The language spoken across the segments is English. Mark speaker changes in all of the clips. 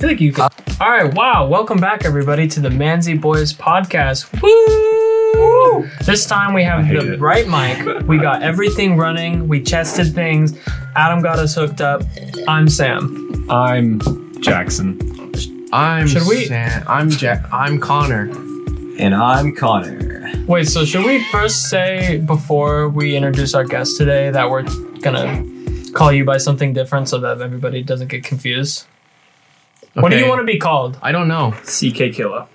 Speaker 1: feel like you can. Uh, All right, wow. Welcome back, everybody, to the Manzy Boys podcast. Woo! This time we have
Speaker 2: hate
Speaker 1: the
Speaker 2: it.
Speaker 1: right mic. We got everything running. We tested things. Adam got us hooked up. I'm Sam.
Speaker 2: I'm Jackson.
Speaker 3: I'm
Speaker 1: Should we-
Speaker 3: Sam- I'm Jack. I'm Connor.
Speaker 4: And I'm Connor.
Speaker 1: Wait, so should we first say before we introduce our guest today that we're gonna call you by something different so that everybody doesn't get confused? What do you
Speaker 3: Okay.
Speaker 1: want to be called?
Speaker 3: I don't know.
Speaker 2: CK Killer.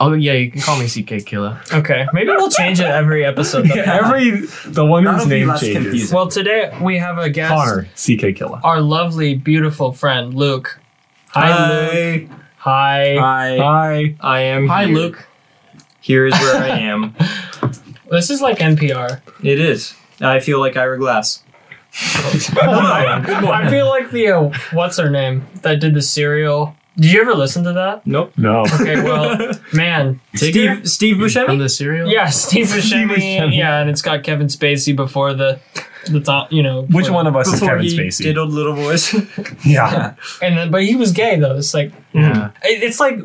Speaker 3: Oh yeah, you can call me CK Killer.
Speaker 1: Okay, maybe we'll change it every episode.
Speaker 2: Every the one whose
Speaker 4: That'll be
Speaker 2: name
Speaker 4: less
Speaker 2: changes.
Speaker 4: confusing.
Speaker 1: Well, today we have a guest.
Speaker 2: Connor CK Killer.
Speaker 1: our lovely, beautiful friend Luke. Hi, Luke. Hi.
Speaker 4: Hi.
Speaker 2: Hi.
Speaker 4: I am.
Speaker 3: Hi,
Speaker 4: here.
Speaker 3: Luke.
Speaker 4: Here is where I am.
Speaker 1: This is like NPR.
Speaker 4: It is. I feel like Ira Glass.
Speaker 1: I feel like the uh, what's her name that did the serial. Did you ever listen to that?
Speaker 4: Nope.
Speaker 2: No.
Speaker 1: Okay, well, man,
Speaker 3: Tigger?
Speaker 4: Steve Steve
Speaker 3: From
Speaker 4: Buscemi.
Speaker 3: the cereal.
Speaker 1: yeah, Steve
Speaker 2: Steve
Speaker 1: Buscemi,
Speaker 2: Buscemi.
Speaker 1: yeah, and it's got Kevin Spacey before the the top, you know,
Speaker 2: Which
Speaker 1: for-
Speaker 2: one of us is
Speaker 4: Before
Speaker 2: Kevin
Speaker 4: he
Speaker 2: Spacey?
Speaker 4: diddled little boys.
Speaker 2: yeah.
Speaker 1: And then, but he was gay though. It's like
Speaker 3: Yeah.
Speaker 1: it- it's like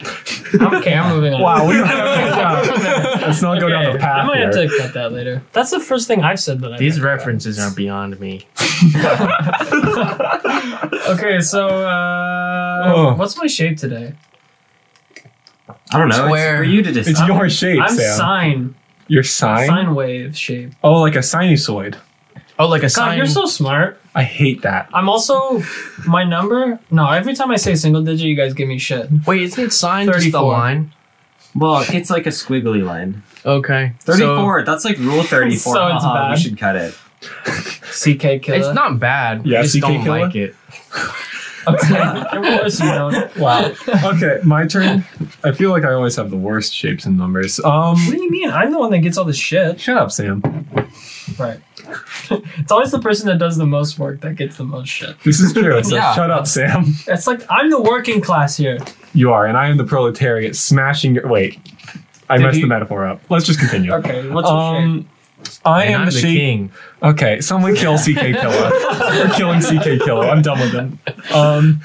Speaker 1: okay, I'm moving on.
Speaker 2: Wow. We
Speaker 1: Okay.
Speaker 2: let's not go down the path
Speaker 1: I might
Speaker 2: here.
Speaker 1: have to cut that later. That's the first thing I've said that I
Speaker 3: These
Speaker 1: read.
Speaker 3: references are beyond me.
Speaker 1: Okay, so uh,
Speaker 2: Oh.
Speaker 1: what's my shape today?
Speaker 4: I don't know.
Speaker 3: Square.
Speaker 4: It's for you to decide.
Speaker 2: It's your shape,
Speaker 1: I'm
Speaker 2: Sam.
Speaker 1: sine,
Speaker 2: your sign?
Speaker 1: sine wave shape.
Speaker 2: Oh, like a sinusoid.
Speaker 3: Oh, like a
Speaker 1: God,
Speaker 3: sign.
Speaker 1: you're so smart.
Speaker 2: I hate that.
Speaker 1: I'm also my number. No, every time I say single digit, you guys give me shit.
Speaker 3: Wait, isn't it sign just the
Speaker 1: 34.
Speaker 3: line?
Speaker 4: well, it's like a squiggly line.
Speaker 3: Okay. so-
Speaker 4: Thirty-four. that's like rule thirty-four.
Speaker 1: So it's
Speaker 4: Haha,
Speaker 1: bad.
Speaker 4: We should cut it.
Speaker 1: CK killer.
Speaker 3: it's not bad.
Speaker 2: Yeah,
Speaker 3: I just
Speaker 2: CK
Speaker 3: don't
Speaker 2: Killer?
Speaker 3: like it.
Speaker 1: Okay, it was, you know.
Speaker 2: Wow. okay, my turn. I feel like I always have the worst shapes and numbers. Um
Speaker 1: What do you mean? I'm the one that gets all the shit.
Speaker 2: shut up, Sam.
Speaker 1: Right. it's always the person that does the most work that gets the most shit.
Speaker 2: This is true. So
Speaker 3: Yeah.
Speaker 2: shut up, Sam.
Speaker 1: It's like I'm the working class here.
Speaker 2: You are, and I am the proletariat smashing your. Wait, I
Speaker 1: Did
Speaker 2: messed
Speaker 1: he-
Speaker 2: the metaphor up. Let's just continue.
Speaker 1: Okay, what's your shape?
Speaker 2: Um, I
Speaker 3: And
Speaker 2: am
Speaker 3: I'm
Speaker 2: the,
Speaker 3: the
Speaker 2: shape.
Speaker 3: king.
Speaker 2: Okay, someone kill CK Killer. We're killing CK Killer. I'm done with him. Um,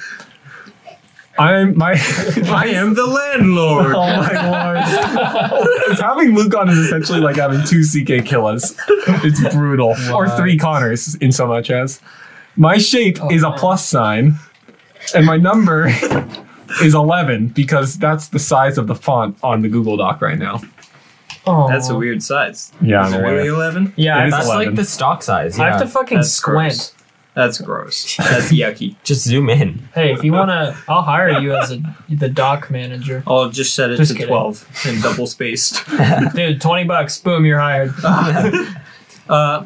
Speaker 2: I'm my.
Speaker 4: I am the landlord.
Speaker 2: Oh my lord! having Luke on is essentially like having two CK killers. It's brutal, or
Speaker 3: What?
Speaker 2: three Connors in so much as my shape is a
Speaker 1: man.
Speaker 2: plus sign, and my number is eleven because that's the size of the font on the Google Doc right now.
Speaker 1: Oh,
Speaker 4: That's a weird size.
Speaker 2: Yeah,
Speaker 4: Is
Speaker 2: I'm
Speaker 4: it
Speaker 2: aware.
Speaker 4: really eleven?
Speaker 1: Yeah,
Speaker 2: It is
Speaker 4: That's
Speaker 2: 11.
Speaker 4: like the stock size.
Speaker 1: I have
Speaker 4: yeah.
Speaker 1: to fucking
Speaker 4: That's
Speaker 1: squint.
Speaker 4: gross. That's gross. That's yucky. Just zoom in.
Speaker 1: Hey, if you wanna, I'll hire you as a, the doc manager.
Speaker 4: I'll just set it
Speaker 1: Just
Speaker 4: to
Speaker 1: kidding.
Speaker 4: 12 and double spaced.
Speaker 1: Dude, 20 bucks. Boom, you're hired.
Speaker 4: uh,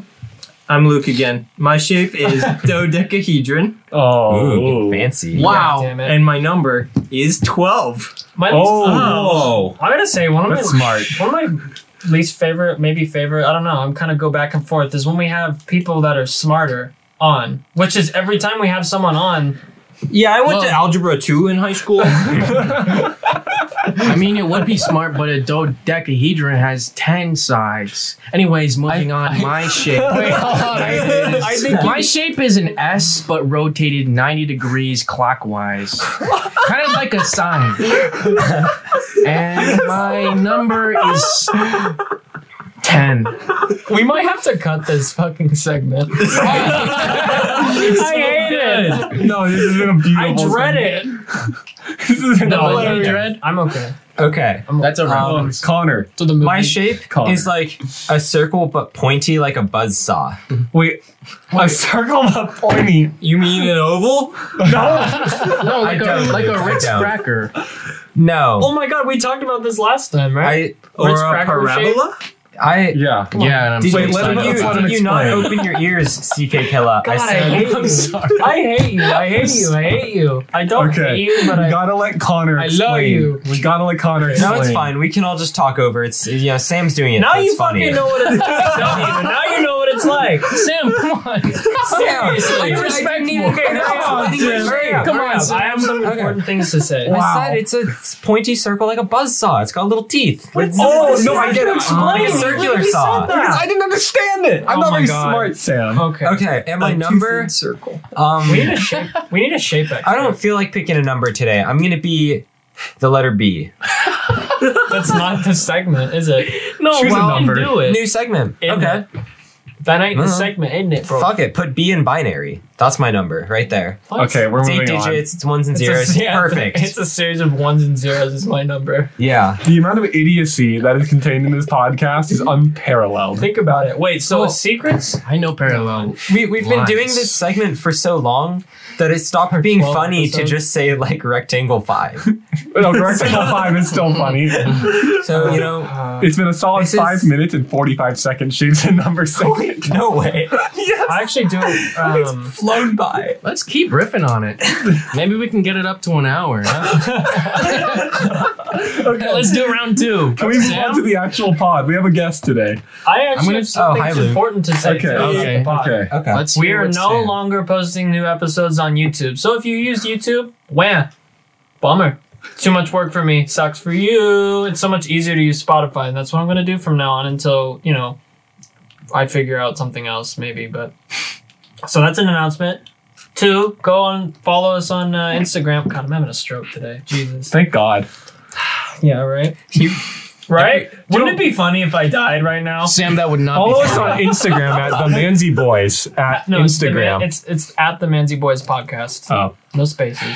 Speaker 4: I'm Luke again. My shape is dodecahedron,
Speaker 2: Oh,
Speaker 4: fancy.
Speaker 3: Wow.
Speaker 1: God damn it.
Speaker 4: and my number is 12.
Speaker 1: My
Speaker 2: Oh.
Speaker 1: I'm going to say one of
Speaker 2: That's
Speaker 1: my
Speaker 2: smart.
Speaker 1: one of my least favorite, maybe favorite, I don't know. I'm kind of go back and forth is when we have people that are smarter on, which is every time we have someone on.
Speaker 4: Yeah, I went
Speaker 3: Well-
Speaker 4: to Algebra 2 in high school.
Speaker 3: I mean, it would be smart, but a dodecahedron has ten sides. Anyways, moving on. my shape.
Speaker 2: Wait, hold on.
Speaker 1: I think
Speaker 3: my shape is an S, but rotated ninety degrees clockwise, kind of like a sign. and my number is ten.
Speaker 1: we might have to cut this fucking segment. I hate it.
Speaker 2: No, this has been a beautiful.
Speaker 1: I dread
Speaker 2: segment.
Speaker 1: it.
Speaker 2: This has been
Speaker 1: No, I don't
Speaker 2: hilarious.
Speaker 1: dread. I'm okay.
Speaker 4: okay.
Speaker 1: I'm
Speaker 3: That's a
Speaker 2: Oh,
Speaker 3: reference.
Speaker 2: Connor.
Speaker 1: to the movie.
Speaker 4: My shape
Speaker 2: Connor.
Speaker 4: is like a circle but pointy like a buzz saw.
Speaker 2: Wait, a circle but pointy.
Speaker 4: You mean an oval?
Speaker 2: No.
Speaker 3: no, like
Speaker 4: I
Speaker 3: a
Speaker 4: don't.
Speaker 3: like a Ritz
Speaker 4: I don't.
Speaker 3: cracker.
Speaker 4: No.
Speaker 1: Oh my god, we talked about this last time, right?
Speaker 4: I or
Speaker 1: Ritz
Speaker 4: a
Speaker 1: cracker shape?
Speaker 4: parabola? I
Speaker 2: yeah.
Speaker 1: on.
Speaker 3: Yeah, and I'm
Speaker 4: Did,
Speaker 3: so
Speaker 2: Wait,
Speaker 4: you,
Speaker 2: let
Speaker 3: excited
Speaker 2: him-
Speaker 4: did,
Speaker 3: about
Speaker 4: you,
Speaker 2: let him
Speaker 4: did you not
Speaker 2: explain.
Speaker 4: open your ears, CK Killa?
Speaker 1: God, I hate
Speaker 3: I'm sorry.
Speaker 1: I hate you. I hate you. I hate you. I don't
Speaker 2: Okay.
Speaker 1: hate you, but
Speaker 2: we
Speaker 1: I.
Speaker 2: gotta let Connor.
Speaker 1: I love
Speaker 2: explain.
Speaker 1: you.
Speaker 2: We gotta let Connor.
Speaker 4: No,
Speaker 2: Explain.
Speaker 4: it's fine. We can all just talk over. It's you know, Sam's doing it.
Speaker 1: now
Speaker 4: That's
Speaker 1: you
Speaker 4: funny.
Speaker 1: fucking know what it's. now you know what it's like. Sam, come on.
Speaker 4: Seriously.
Speaker 1: Be respectful.
Speaker 4: Okay, hurry up. Hurry up.
Speaker 1: Come on, Sam. Come
Speaker 4: Hurry
Speaker 1: on,
Speaker 4: up.
Speaker 1: Sam. I have some important things to say.
Speaker 4: I said it's a pointy circle like a buzz saw. It's got little teeth. It's-
Speaker 2: Oh
Speaker 4: it's
Speaker 2: no!
Speaker 4: like
Speaker 2: I get
Speaker 4: a-
Speaker 2: it. Explain.
Speaker 4: Like a circular saw.
Speaker 2: I didn't understand it. I'm
Speaker 1: Oh
Speaker 2: not
Speaker 1: my
Speaker 2: very
Speaker 1: God.
Speaker 2: smart, Sam.
Speaker 1: Okay.
Speaker 4: Okay, and my
Speaker 2: A
Speaker 4: number.
Speaker 2: two-thirds circle.
Speaker 4: Um,
Speaker 1: We need a shape. We need a shape.
Speaker 4: I don't feel like picking a number today. I'm gonna be the letter B.
Speaker 1: That's not the segment, is it?
Speaker 3: No,
Speaker 2: Choose a
Speaker 3: well,
Speaker 2: number.
Speaker 3: do it.
Speaker 4: New segment.
Speaker 1: In
Speaker 4: okay.
Speaker 1: That ain't the
Speaker 4: Uh-huh.
Speaker 1: segment, ain't it, bro?
Speaker 4: Fuck it. Put B in binary. That's my number right there.
Speaker 1: What?
Speaker 2: Okay, we're
Speaker 4: It's
Speaker 2: moving
Speaker 4: eight
Speaker 2: on.
Speaker 4: digits. It's ones and
Speaker 1: It's a-
Speaker 4: zeros.
Speaker 1: yeah,
Speaker 4: Perfect.
Speaker 1: It's a series of ones and zeros. Is my number.
Speaker 4: yeah.
Speaker 2: The amount of idiocy that is contained in this podcast is unparalleled.
Speaker 1: Think about it. Wait, so
Speaker 3: Cool.
Speaker 1: it's secrets?
Speaker 3: I know parallel.
Speaker 4: We, we've been
Speaker 3: Lines.
Speaker 4: doing this segment for so long that it stopped being
Speaker 1: 12
Speaker 4: funny
Speaker 1: episodes.
Speaker 4: to just say like rectangle five.
Speaker 2: No, direct Echo five is still funny.
Speaker 4: So, you know,
Speaker 2: It's been a solid
Speaker 4: This is-
Speaker 2: five minutes and forty-five seconds since the number segment.
Speaker 4: no way.
Speaker 1: I actually do. Um,
Speaker 4: Flown by.
Speaker 3: Let's keep riffing on it. Maybe we can get it up to an hour.
Speaker 2: Okay.
Speaker 3: Let's do round two.
Speaker 2: Can we move on to the actual pod? We have a guest today.
Speaker 1: I actually
Speaker 3: gonna-
Speaker 1: have something
Speaker 4: oh, hi,
Speaker 1: that's
Speaker 4: Luke.
Speaker 1: important to say.
Speaker 2: Okay,
Speaker 1: too about
Speaker 3: okay,
Speaker 1: the pod.
Speaker 2: Okay.
Speaker 4: Okay.
Speaker 3: Let's
Speaker 1: We
Speaker 3: hear
Speaker 1: are
Speaker 3: what
Speaker 1: no
Speaker 3: Sam-
Speaker 1: longer posting new episodes on YouTube. So if you use YouTube, wham, bummer. Too much work for me. Sucks for you. It's so much easier to use Spotify, and that's what I'm gonna do from now on until you know I figure out something else, maybe. But so that's an announcement. Two, go and follow us on uh, Instagram. God, I'm having a stroke today. Jesus.
Speaker 2: Thank God.
Speaker 1: Yeah, right.
Speaker 4: You-
Speaker 1: right? Wouldn't it be funny if I died right now?
Speaker 3: Sam, that would not.
Speaker 2: Follow
Speaker 3: be
Speaker 2: us on Instagram at the Manzy Boys at
Speaker 1: it's the Man-
Speaker 2: Instagram.
Speaker 1: It's, it's at the Manzy Boys podcast.
Speaker 2: Oh,
Speaker 1: No spaces.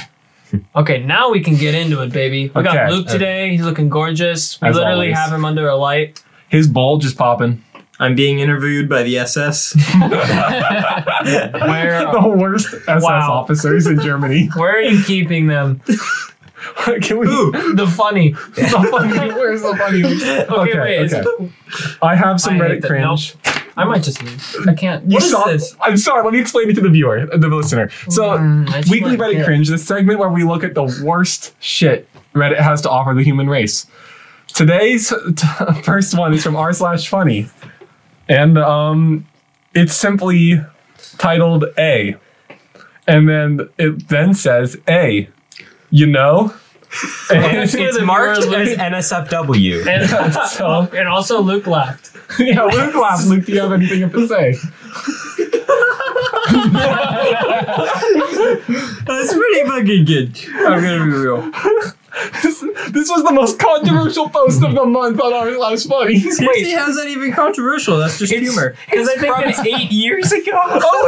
Speaker 1: Okay, now we can get into it, baby. We got
Speaker 2: Okay.
Speaker 1: Luke today. He's looking gorgeous. We
Speaker 2: As
Speaker 1: literally
Speaker 2: always.
Speaker 1: have him under a light.
Speaker 2: his bulge is popping.
Speaker 5: I'm being interviewed by the SS.
Speaker 1: Where
Speaker 2: the worst SS
Speaker 1: Oh. Wow.
Speaker 2: officers in Germany.
Speaker 1: where are you keeping them?
Speaker 2: Can we?
Speaker 5: Ooh,
Speaker 1: The funny.
Speaker 2: The funny, where's the funny? Okay,
Speaker 1: Okay, wait. is-
Speaker 2: I have some
Speaker 1: I hate
Speaker 2: Reddit
Speaker 1: that.
Speaker 2: cringe.
Speaker 1: I might just leave. I can't.
Speaker 2: You
Speaker 1: What is
Speaker 2: saw
Speaker 1: this?
Speaker 2: I'm sorry. Let me explain it to the viewer, the listener. So,
Speaker 1: Mm, I just
Speaker 2: weekly
Speaker 1: like
Speaker 2: Reddit
Speaker 1: it.
Speaker 2: cringe, the segment where we look at the worst shit Reddit has to offer the human race. Today's t- first one is from r slash funny, and um, it's simply titled A, and then it then says A, you know. And
Speaker 1: It's
Speaker 4: It's
Speaker 1: the
Speaker 4: marked
Speaker 1: viewer
Speaker 4: as
Speaker 1: loses-
Speaker 4: NSFW.
Speaker 1: And,
Speaker 2: so,
Speaker 1: and also Luke laughed.
Speaker 2: yeah, Luke laughs. Luke, do you have anything to say?
Speaker 5: that's pretty fucking good. I'm gonna be real.
Speaker 2: This, this was the most controversial post of the month on our last funny.
Speaker 5: Wait, how's that even controversial? That's just humor.
Speaker 1: Because I think it's eight years ago.
Speaker 2: Oh,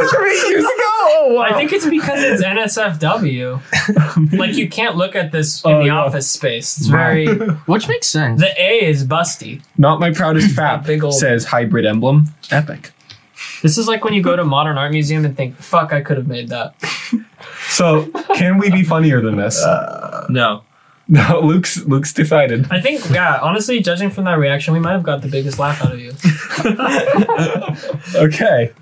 Speaker 2: it's from eight years ago. Oh, wow.
Speaker 1: I think it's because it's NSFW. like you can't look at this in
Speaker 2: Oh,
Speaker 1: the
Speaker 2: yeah.
Speaker 1: office space. It's very the
Speaker 3: fair. Which makes sense.
Speaker 1: A is busty.
Speaker 2: Not my proudest fap
Speaker 1: Big old-
Speaker 2: says hybrid emblem. Epic.
Speaker 1: This is like when you go to modern art museum and think, "Fuck, I could have made that."
Speaker 2: So can we be funnier than this?
Speaker 5: No.
Speaker 2: no, Luke's Luke's decided.
Speaker 1: I think, yeah, honestly, judging from that reaction, we might have got the biggest laugh out of you.
Speaker 2: Okay.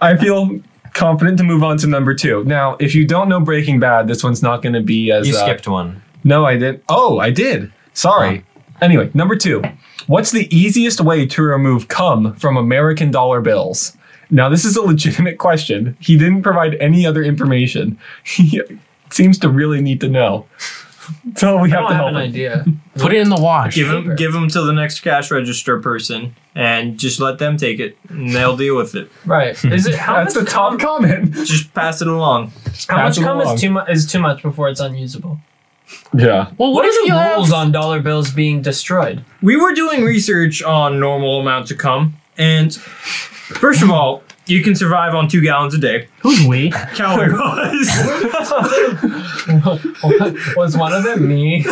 Speaker 2: I feel confident to move on to number two. Now, if you don't know Breaking Bad, this one's not going to be as.
Speaker 4: You
Speaker 2: uh,
Speaker 4: skipped one.
Speaker 2: No, I didn't. Oh, I did. Sorry. Anyway, number two. What's the easiest way to remove cum from American dollar bills? Now, this is a legitimate question. He didn't provide any other information. He seems to really need to know. So we
Speaker 1: I
Speaker 2: have
Speaker 1: don't
Speaker 2: to
Speaker 1: have
Speaker 2: help
Speaker 1: an
Speaker 2: him.
Speaker 1: idea.
Speaker 3: Put it in the wash.
Speaker 5: Give him,
Speaker 1: Paper.
Speaker 5: give him to the next cash register person, and just let them take it, and they'll deal with it.
Speaker 1: Right? Is it how
Speaker 2: That's the
Speaker 1: much
Speaker 2: top
Speaker 1: cum?
Speaker 2: comment.
Speaker 5: Just pass it along.
Speaker 1: How
Speaker 2: Pass
Speaker 1: much
Speaker 2: it
Speaker 1: cum
Speaker 2: along.
Speaker 1: is too much? Is too much before it's unusable?
Speaker 2: Yeah.
Speaker 3: Well,
Speaker 1: What
Speaker 3: what,
Speaker 1: are
Speaker 3: if you
Speaker 1: the rules
Speaker 3: have?
Speaker 1: on dollar bills being destroyed?
Speaker 5: We were doing research on normal amount to come, and first of all, you can survive on two gallons a day.
Speaker 3: Who's we?
Speaker 5: Coward was.
Speaker 1: Was one of them me?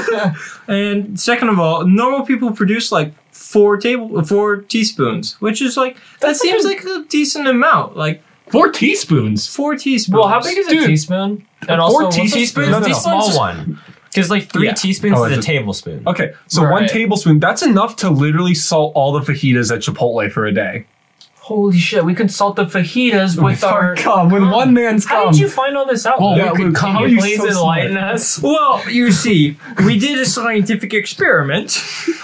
Speaker 5: And second of all, normal people produce like four table four teaspoons, which is like that seems like a decent amount. Like
Speaker 2: Four teaspoons.
Speaker 5: four teaspoons.
Speaker 1: Well, how big is a
Speaker 2: Dude.
Speaker 1: teaspoon? And also, Oh, what's a
Speaker 2: teaspoons?
Speaker 1: spoon?
Speaker 2: No, no,
Speaker 4: the
Speaker 2: no.
Speaker 4: small one. Because like three
Speaker 5: Yeah.
Speaker 4: teaspoons
Speaker 2: Oh,
Speaker 4: is
Speaker 2: it's
Speaker 4: a
Speaker 2: a-
Speaker 4: tablespoon.
Speaker 2: Okay, so one
Speaker 1: Right.
Speaker 2: tablespoon, that's enough to literally salt all the fajitas at Chipotle for a day.
Speaker 1: Holy shit, we could salt the
Speaker 2: Oh
Speaker 1: fajitas with our.
Speaker 2: cum, with one man's cum.
Speaker 1: How did you find all this out?
Speaker 2: Well,
Speaker 1: Luke?
Speaker 2: yeah,
Speaker 1: Can
Speaker 2: Luke, how Oh, are
Speaker 1: you
Speaker 2: you
Speaker 1: please
Speaker 2: so smart?
Speaker 1: enlighten us?
Speaker 5: Well, you see, we did a scientific experiment,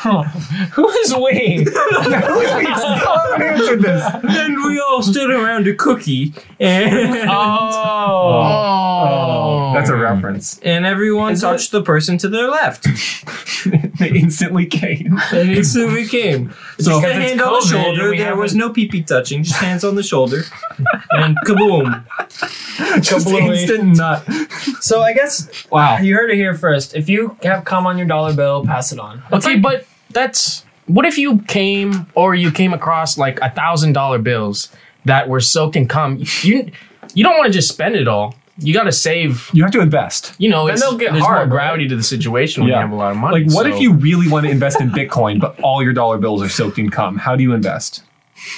Speaker 1: Who is we?
Speaker 2: I haven't answered this.
Speaker 5: and we all stood around a cookie, and,
Speaker 1: oh.
Speaker 2: Oh, that's a reference.
Speaker 5: and everyone
Speaker 1: Is
Speaker 5: touched the person to their left.
Speaker 2: they instantly came.
Speaker 5: And instantly came.
Speaker 1: because
Speaker 5: So just a
Speaker 1: it's
Speaker 5: hand on the
Speaker 1: COVID and
Speaker 5: shoulder.
Speaker 1: we
Speaker 5: There was
Speaker 1: haven't-
Speaker 5: no pee pee touching. Just hands on the shoulder, and kaboom!
Speaker 2: Just
Speaker 1: Completely.
Speaker 2: instant nut.
Speaker 1: So I guess
Speaker 2: Wow.
Speaker 1: you heard it here first. If you have cum on your dollar bill, pass it on. That's
Speaker 3: Okay,
Speaker 1: like-
Speaker 3: but that's what if you came or you came across like a thousand dollar bills that were soaked in cum. You you don't want to just spend it all. You got to save.
Speaker 2: You have to invest.
Speaker 3: You know,
Speaker 1: Then
Speaker 3: it's,
Speaker 1: they'll get
Speaker 3: there's
Speaker 1: hard,
Speaker 3: more gravity to the situation when
Speaker 2: Yeah.
Speaker 3: you have a lot of money.
Speaker 2: Like, what if
Speaker 3: so-
Speaker 2: you really want to invest in Bitcoin, but all your dollar bills are soaked in cum? How do you invest?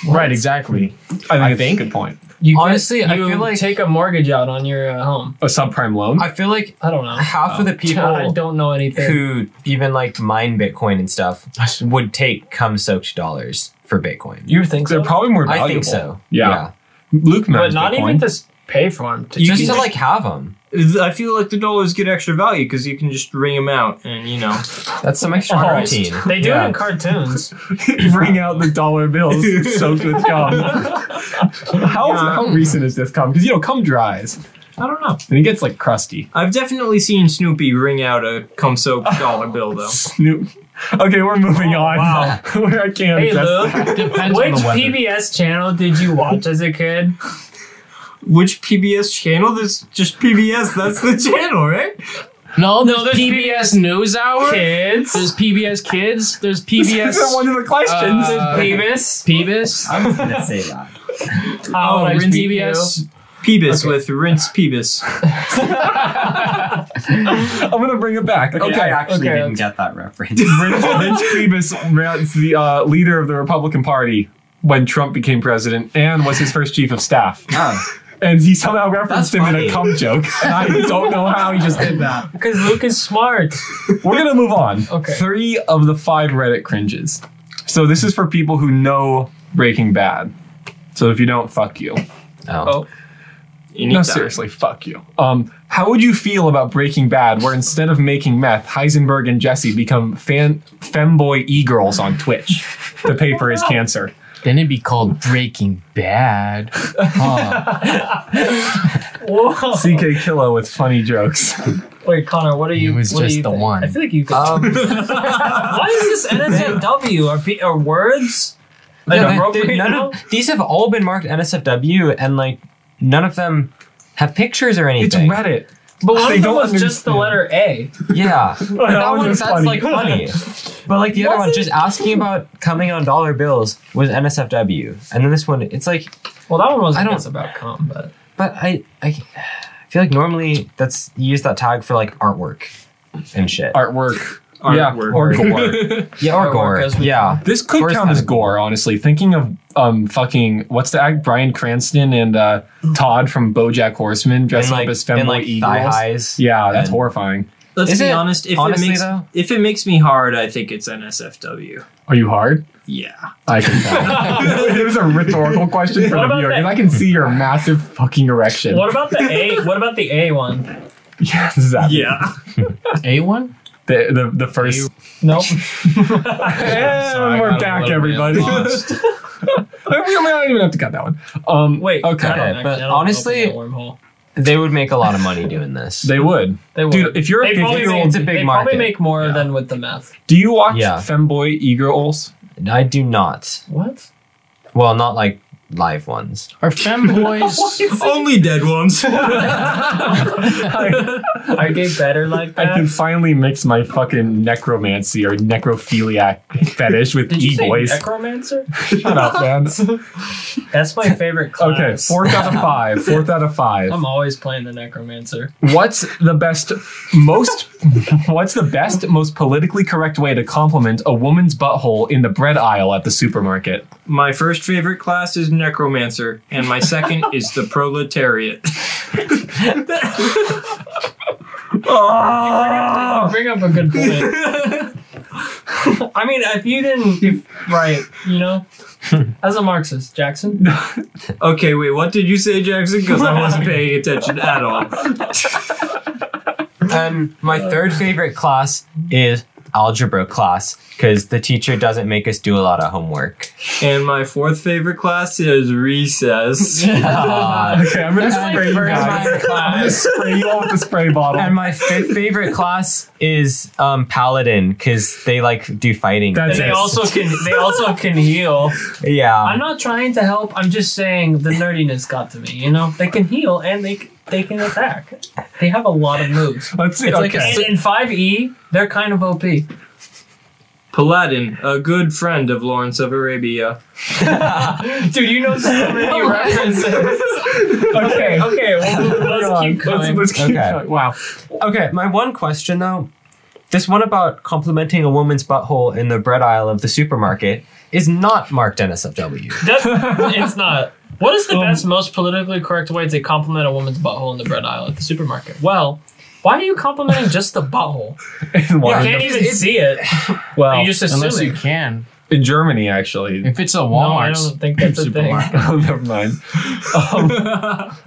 Speaker 3: Right, exactly.
Speaker 2: I think it's
Speaker 4: think-
Speaker 2: a good point.
Speaker 4: You get-
Speaker 1: honestly, I
Speaker 4: you
Speaker 1: feel like take a mortgage out on your uh, home.
Speaker 2: A subprime loan.
Speaker 4: I feel like
Speaker 1: I don't know.
Speaker 4: half of the people
Speaker 1: I don't know anything.
Speaker 4: who even like mine Bitcoin and stuff would take cum soaked dollars for Bitcoin.
Speaker 1: You think
Speaker 2: They're
Speaker 1: so?
Speaker 2: probably more valuable.
Speaker 4: I think so.
Speaker 2: Yeah. Luke,
Speaker 1: but
Speaker 2: knows
Speaker 1: not
Speaker 2: Bitcoin.
Speaker 1: even to s- pay for them. To
Speaker 4: You
Speaker 1: just
Speaker 4: just
Speaker 1: to,
Speaker 4: to like have them.
Speaker 5: I feel like the dollars get extra value because you can just wring them out, and you know.
Speaker 4: That's some extra
Speaker 1: Oh.
Speaker 4: protein.
Speaker 1: they do
Speaker 2: Yeah.
Speaker 1: it in cartoons.
Speaker 2: bring out the dollar bills soaked with cum. how, how recent is this cum? Because you know, cum dries
Speaker 5: I don't know.
Speaker 2: and it gets like crusty.
Speaker 5: I've definitely seen Snoopy wring out a cum soap dollar bill though.
Speaker 2: Snoop. Okay, we're moving on.
Speaker 1: wow.
Speaker 2: I can't.
Speaker 1: hey,
Speaker 2: address-
Speaker 1: Luke.
Speaker 3: Depends
Speaker 1: Which
Speaker 3: on the weather.
Speaker 1: PBS channel did you watch as a kid?
Speaker 5: Which PBS channel? There's just PBS. That's the channel, right?
Speaker 3: No,
Speaker 1: No,
Speaker 3: no,
Speaker 1: there's
Speaker 3: there's PBS Newshour.
Speaker 1: Kids.
Speaker 3: There's PBS Kids. There's
Speaker 2: This
Speaker 3: PBS.
Speaker 2: isn't one of the questions.
Speaker 3: Uh,
Speaker 1: Penis.
Speaker 3: PBS.
Speaker 4: I was gonna say that. Oh,
Speaker 1: How would I
Speaker 3: there's
Speaker 1: speak
Speaker 3: PBS.
Speaker 5: Pebus
Speaker 1: Okay.
Speaker 5: with rinse Pebus.
Speaker 2: I'm gonna bring it back. Okay.
Speaker 4: I actually
Speaker 1: okay.
Speaker 4: didn't get that reference.
Speaker 2: Rich, Rich Priebus was the uh, leader of the Republican Party when Trump became president and was his first chief of staff.
Speaker 4: oh,
Speaker 2: And he somehow referenced
Speaker 4: That's
Speaker 2: him in
Speaker 4: funny.
Speaker 2: a cum joke. And I don't know how he just did that.
Speaker 1: Because Luke is smart.
Speaker 2: We're gonna move on.
Speaker 1: Okay.
Speaker 2: Three of the five Reddit cringes. So this is for people who know Breaking Bad. So if you don't, fuck you.
Speaker 4: oh.
Speaker 2: No, seriously, fuck you. Um, how would you feel about Breaking Bad, where instead of making meth, Heisenberg and Jesse become fan femboy e girls on Twitch? The paper is cancer.
Speaker 3: Then it'd be called Breaking Bad. Huh.
Speaker 1: Whoa.
Speaker 2: CK Killa with funny jokes.
Speaker 1: Wait, Connor, what are you?
Speaker 3: It was
Speaker 1: what do
Speaker 3: just
Speaker 1: you
Speaker 3: the
Speaker 1: think?
Speaker 3: one.
Speaker 1: I feel like you. Could.
Speaker 4: Um,
Speaker 1: Why is this NSFW? Are, pe- are words?
Speaker 4: Yeah, they-
Speaker 1: inappropriate
Speaker 4: they- none
Speaker 1: now?
Speaker 4: of, these have all been marked NSFW, and like none of them have pictures or
Speaker 2: It's
Speaker 4: anything.
Speaker 2: Reddit.
Speaker 1: But one
Speaker 2: They
Speaker 1: of them
Speaker 2: don't
Speaker 1: was just the
Speaker 2: understand.
Speaker 1: letter A.
Speaker 4: yeah, but
Speaker 2: that
Speaker 4: that
Speaker 2: one
Speaker 4: one
Speaker 2: was
Speaker 4: that's
Speaker 2: funny.
Speaker 4: like funny. But like the other one,
Speaker 1: Was it?
Speaker 4: just asking about coming on dollar bills was NSFW, and then this one, it's like,
Speaker 1: Well, that one was
Speaker 4: I don't-
Speaker 1: guess about com, but
Speaker 4: but I I feel like normally that's you use that tag for like artwork and shit.
Speaker 2: Artwork. Yeah,
Speaker 5: Artwork.
Speaker 2: or gore.
Speaker 4: yeah, or
Speaker 1: Artwork,
Speaker 4: gore.
Speaker 1: as we-
Speaker 4: Yeah,
Speaker 2: this could
Speaker 4: Gore's
Speaker 2: count
Speaker 4: kinda
Speaker 2: as gore, honestly. Thinking of um fucking what's the act Brian Cranston and uh, Todd from BoJack Horseman
Speaker 4: and
Speaker 2: dressing
Speaker 4: like,
Speaker 2: up as femboy
Speaker 4: and, like
Speaker 2: e
Speaker 4: thigh
Speaker 2: girls.
Speaker 4: highs.
Speaker 2: Yeah, that's
Speaker 4: And-
Speaker 2: horrifying.
Speaker 5: Let's
Speaker 4: Is
Speaker 5: be
Speaker 4: it?
Speaker 5: honest. If
Speaker 4: Honestly,
Speaker 5: it makes
Speaker 4: though?
Speaker 5: if it makes me hard, I think it's NSFW.
Speaker 2: Are you hard?
Speaker 5: Yeah.
Speaker 2: I can tell. it was a rhetorical question for
Speaker 1: What
Speaker 2: the
Speaker 1: about
Speaker 2: viewer,
Speaker 1: that?
Speaker 2: and I can see your massive fucking erection.
Speaker 1: what about the A? What about the A one?
Speaker 2: Yeah, this is that.
Speaker 5: Yeah.
Speaker 3: A one.
Speaker 2: The, the, the first.
Speaker 1: Nope.
Speaker 2: And
Speaker 3: Sorry,
Speaker 2: we're
Speaker 3: I'm a
Speaker 2: back,
Speaker 3: little bit
Speaker 2: everybody. we
Speaker 3: lost.
Speaker 2: don't even have to cut that one. Um,
Speaker 1: Wait.
Speaker 2: Okay.
Speaker 1: I don't actually-
Speaker 4: but
Speaker 1: I don't
Speaker 4: honestly-
Speaker 1: open that wormhole.
Speaker 4: They would make a lot of money doing this.
Speaker 2: They would.
Speaker 1: they would.
Speaker 2: Dude, if you're a
Speaker 1: they
Speaker 2: 50
Speaker 1: probably
Speaker 2: year
Speaker 1: make,
Speaker 2: old,
Speaker 4: a big
Speaker 1: they probably
Speaker 4: market.
Speaker 1: make more
Speaker 2: Yeah.
Speaker 1: than with the meth.
Speaker 2: do you watch
Speaker 4: Yeah.
Speaker 2: femboy e girls?
Speaker 4: I do not.
Speaker 1: What?
Speaker 4: Well, not like live ones.
Speaker 3: Are femboys?
Speaker 5: Only dead ones.
Speaker 2: I,
Speaker 1: Are they better like
Speaker 2: I
Speaker 1: that?
Speaker 2: can finally mix my fucking necromancy or necrophiliac fetish with
Speaker 1: Did you
Speaker 2: e
Speaker 1: say
Speaker 2: boys.
Speaker 1: necromancer?
Speaker 2: Shut up, man.
Speaker 1: That's my favorite class.
Speaker 2: Okay, fourth out of five. Fourth out of five.
Speaker 1: I'm always playing the necromancer.
Speaker 2: What's the best, most, what's the best, most politically correct way to compliment a woman's butthole in the bread aisle at the supermarket?
Speaker 5: my first favorite class is necromancer, and my second is the proletariat.
Speaker 4: Ah!
Speaker 2: Oh,
Speaker 1: Bring up a good point. I mean, if you didn't, if, right, you know, As a Marxist, Jackson.
Speaker 5: Okay, wait, what did you say, Jackson? Because I wasn't paying attention at all.
Speaker 6: And
Speaker 4: Um,
Speaker 6: my third favorite class is algebra class because the teacher doesn't make us do a lot of homework.
Speaker 5: And my fourth favorite class is recess.
Speaker 6: Uh,
Speaker 2: Okay, I'm gonna
Speaker 3: That's my
Speaker 2: spray you
Speaker 3: first
Speaker 2: guys.
Speaker 3: time
Speaker 2: I'm gonna spray you all with the spray bottle.
Speaker 6: and my fifth favorite class is um, paladin because they like do fighting.
Speaker 2: That's
Speaker 1: They
Speaker 2: it.
Speaker 1: also can. They also can heal.
Speaker 6: Yeah.
Speaker 1: I'm not trying to help. I'm just saying the nerdiness got to me. You know, they can heal and they c- they can attack. They have a lot of moves.
Speaker 2: Let's see.
Speaker 5: It's like a
Speaker 2: okay.
Speaker 1: And in five E, they're kind of OP.
Speaker 5: Paladin, a good friend of Lawrence of Arabia.
Speaker 1: Dude, you know so many references.
Speaker 2: okay.
Speaker 1: Okay, well, let's keep
Speaker 2: Let's,
Speaker 1: going.
Speaker 2: let's keep
Speaker 6: Okay.
Speaker 2: going. Wow.
Speaker 6: Okay, my one question though, this one about complimenting a woman's butthole in the bread aisle of the supermarket is not marked NSFW.
Speaker 1: That- it's not. What is the best, most politically correct way to compliment a woman's butthole in the bread aisle at the supermarket? Well, why are you complimenting just the butthole?
Speaker 2: In,
Speaker 1: You
Speaker 2: London.
Speaker 1: can't even see it.
Speaker 2: well,
Speaker 1: you just
Speaker 3: Unless
Speaker 1: assuming.
Speaker 3: you can.
Speaker 2: in Germany actually.
Speaker 3: If it's a
Speaker 1: no, I
Speaker 3: Walmart.
Speaker 1: don't think that's a thing.
Speaker 3: Supermarket.
Speaker 2: oh, never mind. Um,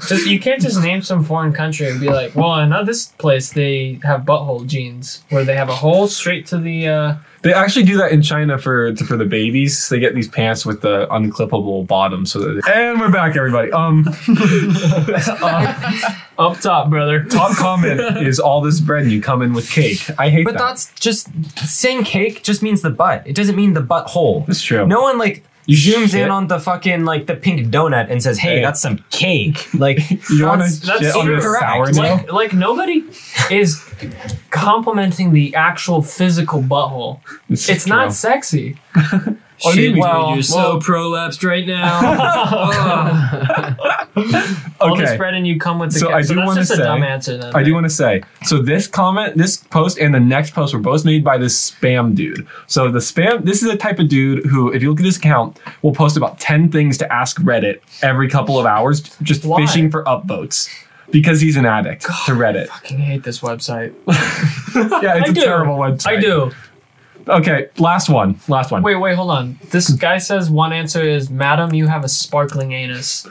Speaker 1: Just you can't just name some foreign country and be like, well, in this place they have butthole jeans where they have a hole straight to the. Uh,
Speaker 2: they actually do that in China for for the babies. They get these pants with the unclippable bottom, so that. and we're back, everybody. Um,
Speaker 1: up top, brother.
Speaker 2: top comment is all this bread and you come in with cake. I hate
Speaker 6: But
Speaker 2: that.
Speaker 6: that's just saying cake just means the butt. It doesn't mean the butthole.
Speaker 2: That's true.
Speaker 6: No one like
Speaker 2: You
Speaker 6: zooms
Speaker 2: shit.
Speaker 6: in on the fucking like the pink donut and says, "Hey,
Speaker 2: Hey.
Speaker 6: that's some cake." Like
Speaker 2: you want to
Speaker 6: that's-
Speaker 1: that's
Speaker 2: shit on this
Speaker 6: incorrect.
Speaker 2: sourdough?
Speaker 1: Like, like nobody is complimenting the actual physical butthole.
Speaker 2: This is
Speaker 1: It's
Speaker 2: true.
Speaker 1: not sexy.
Speaker 2: Oh, you
Speaker 5: Shit,
Speaker 2: mean-
Speaker 5: dude,
Speaker 6: well,
Speaker 5: you're so prolapsed right now.
Speaker 1: All this
Speaker 2: okay.
Speaker 1: bread and you come with the
Speaker 2: So
Speaker 1: cake.
Speaker 2: I do
Speaker 1: that's
Speaker 2: wanna
Speaker 1: just
Speaker 2: say-
Speaker 1: a dumb answer then.
Speaker 2: I do want to say so. This comment, this post, and the next post were both made by this spam dude. So the spam, this is a type of dude who, if you look at his account, will post about ten things to ask Reddit every couple of hours, just
Speaker 1: Why?
Speaker 2: fishing for upvotes because he's an addict to Reddit.
Speaker 1: I fucking hate this website.
Speaker 2: Yeah, it's
Speaker 1: I
Speaker 2: a
Speaker 1: do.
Speaker 2: terrible
Speaker 1: I
Speaker 2: website.
Speaker 1: do.
Speaker 2: Okay, last one. Last one.
Speaker 1: Wait, wait, hold on. This guy says one answer is, "Madam, you have a sparkling anus."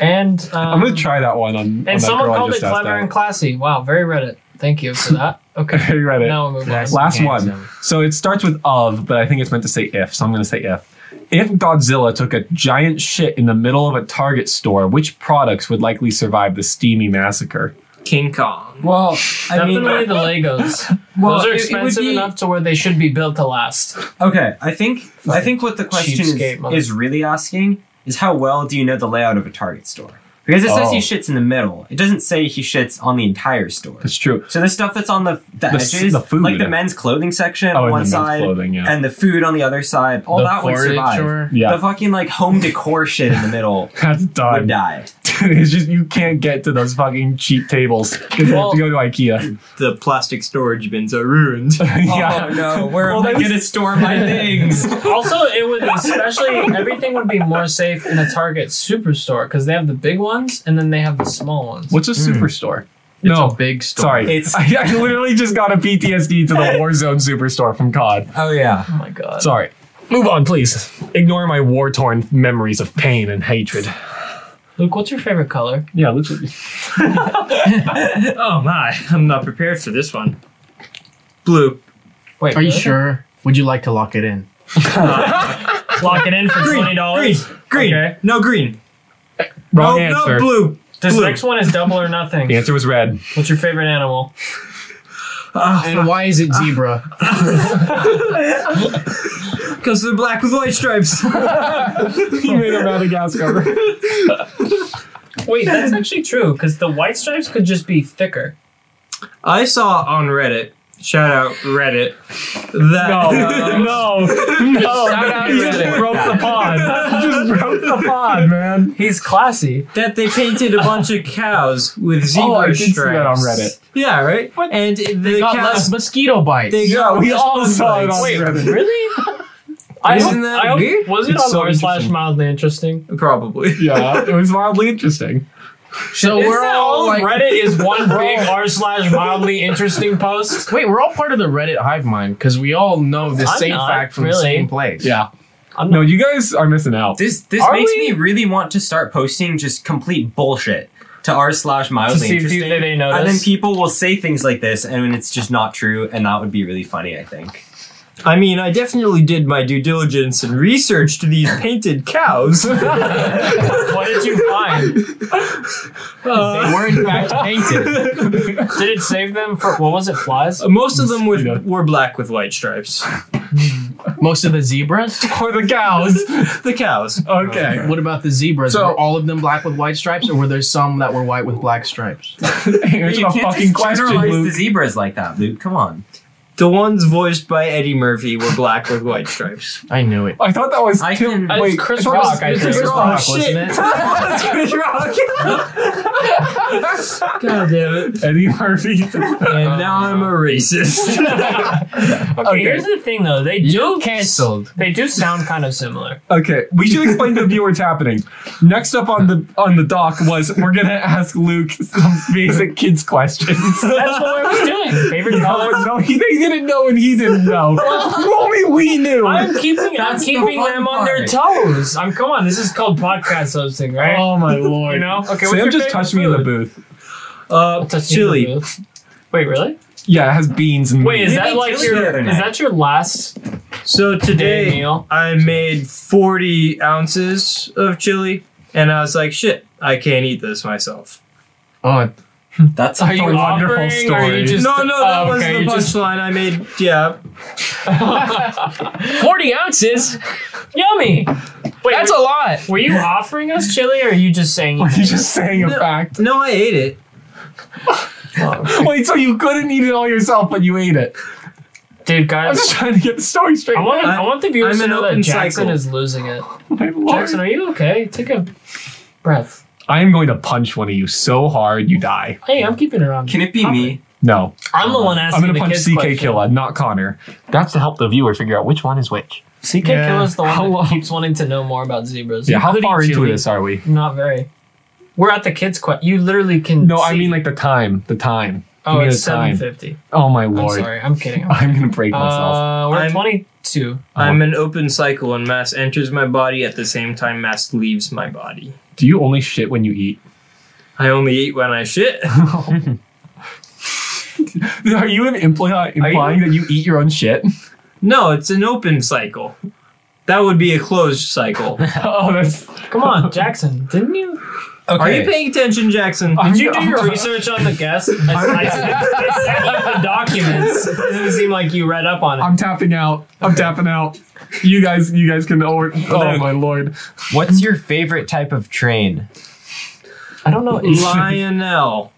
Speaker 1: And um,
Speaker 2: I'm gonna try that one on. on
Speaker 1: And
Speaker 2: that
Speaker 1: someone
Speaker 2: girl I
Speaker 1: called it
Speaker 2: just asked
Speaker 1: clever
Speaker 2: out.
Speaker 1: and classy. Wow, very Reddit. Thank you for that. Okay,
Speaker 2: Very Reddit.
Speaker 1: now we'll move on.
Speaker 3: Classy.
Speaker 2: Last
Speaker 3: Okay,
Speaker 2: one.
Speaker 3: so-
Speaker 2: So. it starts with of, but I think it's meant to say if, so I'm going to say if. If Godzilla took a giant shit in the middle of a Target store, which products would likely survive the steamy massacre?
Speaker 5: King Kong.
Speaker 6: well, I
Speaker 1: Definitely
Speaker 6: mean,
Speaker 1: the Legos.
Speaker 6: well,
Speaker 1: Those
Speaker 6: it-
Speaker 1: are
Speaker 6: it would
Speaker 1: expensive
Speaker 6: be-
Speaker 1: enough to where they should be built to last.
Speaker 6: Okay, I think I think what the question is,
Speaker 1: Cheapskate, mother-
Speaker 6: is really asking is how well do you know the layout of a Target store? Because it says
Speaker 2: Oh.
Speaker 6: he shits in the middle. It doesn't say he shits on the entire store.
Speaker 2: That's true.
Speaker 6: So the stuff that's on the, the,
Speaker 2: The s-
Speaker 6: edges,
Speaker 2: the food.
Speaker 6: like the men's clothing section
Speaker 2: Oh,
Speaker 6: on
Speaker 2: and
Speaker 6: one
Speaker 2: the men's
Speaker 6: side,
Speaker 2: clothing, yeah.
Speaker 6: and the food on the other side, all
Speaker 3: The
Speaker 6: that would survive.
Speaker 3: furniture.
Speaker 2: Yeah.
Speaker 6: The fucking like home decor shit in the middle
Speaker 2: That's
Speaker 6: would
Speaker 2: done.
Speaker 6: die.
Speaker 2: it's just you can't get to those fucking cheap tables. 'cause You have
Speaker 1: Well-
Speaker 2: to go to IKEA.
Speaker 5: The plastic storage bins are ruined.
Speaker 2: yeah.
Speaker 6: Oh no, where
Speaker 2: Well,
Speaker 6: am I
Speaker 2: that's-
Speaker 6: gonna store my things?
Speaker 1: Also, it would especially everything would be more safe in a Target superstore because they have the big ones and then they have the small ones.
Speaker 2: What's a superstore?
Speaker 3: It's
Speaker 2: no.
Speaker 3: a big store.
Speaker 2: Sorry.
Speaker 6: It's-
Speaker 2: I, I literally just got a PTSD to the Warzone superstore from COD.
Speaker 6: oh yeah.
Speaker 1: Oh my god!
Speaker 2: Sorry. Move on, please. Ignore my war torn memories of pain and hatred.
Speaker 1: Luke, what's your favorite color?
Speaker 2: Yeah, let's.
Speaker 5: oh my, I'm not prepared for this one. Blue.
Speaker 1: Wait,
Speaker 3: Are you
Speaker 1: really?
Speaker 3: sure? Would you like to lock it in?
Speaker 1: Lock it in for twenty
Speaker 5: Green.
Speaker 1: dollars.
Speaker 5: Green.
Speaker 1: Okay.
Speaker 5: No green. Oh,
Speaker 2: Wrong
Speaker 5: no,
Speaker 2: answer.
Speaker 5: no blue.
Speaker 1: This
Speaker 5: Blue.
Speaker 1: next one is double or nothing.
Speaker 2: The answer was red.
Speaker 1: What's your favorite animal?
Speaker 3: And why is it zebra?
Speaker 5: Because they're black with white stripes.
Speaker 2: you made a Madagascar.
Speaker 1: Wait, that's actually true because the white stripes could just be thicker.
Speaker 5: I saw on Reddit, shout out Reddit, that
Speaker 1: Oh,
Speaker 2: no,
Speaker 3: Shout out
Speaker 2: no.
Speaker 3: Reddit.
Speaker 2: broke the pod. You just broke the pod, man.
Speaker 1: He's classy.
Speaker 5: that they painted a bunch of cows with zebra
Speaker 2: Oh, I did see
Speaker 5: stripes.
Speaker 2: that on Reddit.
Speaker 5: Yeah, right. And the
Speaker 3: Got
Speaker 5: cows.
Speaker 3: less mosquito bites.
Speaker 5: They
Speaker 2: Yeah, we
Speaker 5: just
Speaker 2: all
Speaker 5: bug
Speaker 2: saw it
Speaker 5: bites.
Speaker 2: on
Speaker 1: Wait,
Speaker 2: Reddit.
Speaker 1: really? I
Speaker 5: Isn't
Speaker 1: hope-
Speaker 5: that
Speaker 1: I hope-
Speaker 5: weird?
Speaker 1: Was it
Speaker 2: It's
Speaker 1: on
Speaker 2: so
Speaker 1: r slash
Speaker 2: interesting.
Speaker 1: mildly interesting?
Speaker 5: Probably.
Speaker 2: Yeah, it was wildly interesting.
Speaker 3: so
Speaker 1: Isn't
Speaker 3: we're
Speaker 1: that
Speaker 3: all like,
Speaker 1: Reddit is one big r slash mildly interesting post.
Speaker 3: wait, we're all part of the Reddit hive mind because we all know the
Speaker 1: I'm
Speaker 3: same
Speaker 1: not,
Speaker 3: fact from the
Speaker 1: really.
Speaker 3: same place.
Speaker 2: Yeah,
Speaker 1: I'm
Speaker 2: No, you guys are missing out.
Speaker 4: This this
Speaker 1: Are
Speaker 4: makes me
Speaker 1: we-
Speaker 4: really want to start posting just complete bullshit to r slash
Speaker 1: to
Speaker 4: mildly
Speaker 1: see if you,
Speaker 4: interesting.
Speaker 1: they, they notice.
Speaker 4: and then people will say things like this, and it's just not true, and that would be really funny, I think.
Speaker 5: I mean, I definitely did my due diligence and researched these painted cows.
Speaker 1: what did you find?
Speaker 3: They
Speaker 5: Uh,
Speaker 3: were in fact painted.
Speaker 1: Did it save them for what was it? Flies?
Speaker 5: most of them
Speaker 2: You know.
Speaker 5: with, were black with white stripes.
Speaker 3: Most of the zebras.
Speaker 2: For the cows.
Speaker 5: The cows.
Speaker 2: Okay.
Speaker 3: What about the zebras?
Speaker 2: So-
Speaker 3: were all of them black with white stripes, or were there some that were white with black stripes?
Speaker 2: Here's
Speaker 4: you
Speaker 2: a
Speaker 4: can't
Speaker 2: fucking
Speaker 4: just
Speaker 2: question,
Speaker 4: generalize the
Speaker 2: Luke.
Speaker 4: zebras like that, Luke. Come on.
Speaker 5: The ones voiced by Eddie Murphy were black with white stripes.
Speaker 3: I knew it.
Speaker 2: I thought that was
Speaker 4: I
Speaker 2: Tim.
Speaker 4: can-
Speaker 1: Uh,
Speaker 2: Wait,
Speaker 1: it's Chris
Speaker 2: I thought it was-
Speaker 1: Rock, I
Speaker 2: it's
Speaker 1: think.
Speaker 2: Chris
Speaker 1: Chris
Speaker 2: Rock.
Speaker 3: wasn't it?
Speaker 5: That's Chris Rock. God damn it.
Speaker 2: Eddie Murphy.
Speaker 5: And now I'm a racist.
Speaker 1: Okay,
Speaker 2: Okay.
Speaker 1: here's the thing though. They do
Speaker 3: You canceled.
Speaker 1: They do sound kind of similar.
Speaker 2: Okay, we should explain to the viewer what's happening. Next up on the on the dock was we're gonna ask Luke some basic kids questions.
Speaker 1: That's what I was doing. Favorite color.
Speaker 2: Oh, no, he, they didn't know and he didn't know. Only we knew.
Speaker 1: I'm keeping I'm
Speaker 4: That's the
Speaker 1: keeping
Speaker 4: fun
Speaker 1: them on their toes. I'm come on. This is called podcast hosting, right?
Speaker 2: oh my lord!
Speaker 1: you know. Okay. what's
Speaker 2: Sam
Speaker 1: your
Speaker 2: just
Speaker 1: favorite
Speaker 2: touched me in the
Speaker 1: food?
Speaker 2: booth.
Speaker 5: uh,
Speaker 1: Touched you in the
Speaker 5: chili.
Speaker 1: booth. Wait, really?
Speaker 2: Yeah, it has beans and
Speaker 1: Wait, is
Speaker 4: We
Speaker 1: that
Speaker 4: made
Speaker 1: like
Speaker 4: chili the
Speaker 1: your
Speaker 4: other
Speaker 1: is
Speaker 4: night.
Speaker 1: that your last
Speaker 5: So
Speaker 1: day
Speaker 5: today,
Speaker 1: meal?
Speaker 5: I made 40 ounces of chili, and I was like, shit, I can't eat this myself.
Speaker 3: Oh,
Speaker 4: That's
Speaker 1: Are you
Speaker 2: a wonderful
Speaker 1: offering, or Are
Speaker 2: story.
Speaker 1: you just,
Speaker 5: no, no, that
Speaker 1: oh,
Speaker 5: was
Speaker 1: okay,
Speaker 5: the
Speaker 1: you
Speaker 5: punchline.
Speaker 1: just-
Speaker 5: I made, yeah.
Speaker 3: 40 ounces?
Speaker 1: Yummy. Wait,
Speaker 3: That's
Speaker 1: were,
Speaker 3: a lot.
Speaker 1: were you offering us chili, or are you just saying?
Speaker 2: Were you just saying a
Speaker 5: No.
Speaker 2: fact?
Speaker 5: No, I ate it.
Speaker 2: Wait, so you couldn't eat it all yourself, but you ate it?
Speaker 1: Dude,
Speaker 2: I'm
Speaker 1: guys,
Speaker 2: just trying to get the story straight.
Speaker 1: I want, I,
Speaker 5: I'm-
Speaker 1: want the viewers
Speaker 5: I'm
Speaker 1: to
Speaker 5: an
Speaker 1: know that
Speaker 5: open
Speaker 1: Jackson
Speaker 5: cycle.
Speaker 1: is losing it.
Speaker 2: My lord.
Speaker 1: Jackson, are you okay? Take a breath.
Speaker 2: I am going to punch one of you so hard you die.
Speaker 1: Hey, I'm keeping it on.
Speaker 4: Can it be me?
Speaker 2: No,
Speaker 1: I'm the one
Speaker 2: I'm
Speaker 1: asking
Speaker 2: going to
Speaker 1: the
Speaker 2: punch
Speaker 1: kids
Speaker 2: CK
Speaker 1: question.
Speaker 2: Killa, not Connor. That's to help the viewer figure out which one is which.
Speaker 1: CK
Speaker 3: Yeah.
Speaker 1: Killa's the one
Speaker 2: How
Speaker 1: that
Speaker 2: long-
Speaker 1: keeps wanting to know more about zebras.
Speaker 2: Yeah, how
Speaker 3: Including
Speaker 2: far into
Speaker 3: chili.
Speaker 2: this are we?
Speaker 1: Not very. We're at the kids' question. You literally can.
Speaker 2: No, I
Speaker 1: see-
Speaker 2: mean like the time. The time.
Speaker 1: Oh,
Speaker 2: give me
Speaker 1: it's
Speaker 2: the time.
Speaker 1: 750.
Speaker 2: Oh my
Speaker 1: I'm
Speaker 2: lord!
Speaker 1: sorry. I'm kidding.
Speaker 2: I'm gonna break myself.
Speaker 1: Uh, we're at
Speaker 5: I'm-
Speaker 1: 22.
Speaker 5: I'm an open cycle, and mass enters my body at the same time mass leaves my body.
Speaker 2: Do you only shit when you eat?
Speaker 5: I only eat when I shit.
Speaker 2: Are you an imply- implying that you eat your own shit?
Speaker 5: No, it's an open cycle. That would be a closed cycle.
Speaker 2: oh, that's.
Speaker 1: Come on, Jackson. Didn't you?
Speaker 5: Are you paying attention, Jackson?
Speaker 2: I'm-
Speaker 1: Did you do your research on the guest? I, I, I sent you the documents. It doesn't seem like you read up on it.
Speaker 2: I'm tapping out. I'm tapping out. You guys, you guys can. Oh, oh my lord!
Speaker 4: What's your favorite type of train?
Speaker 1: I don't know.
Speaker 5: Lionel.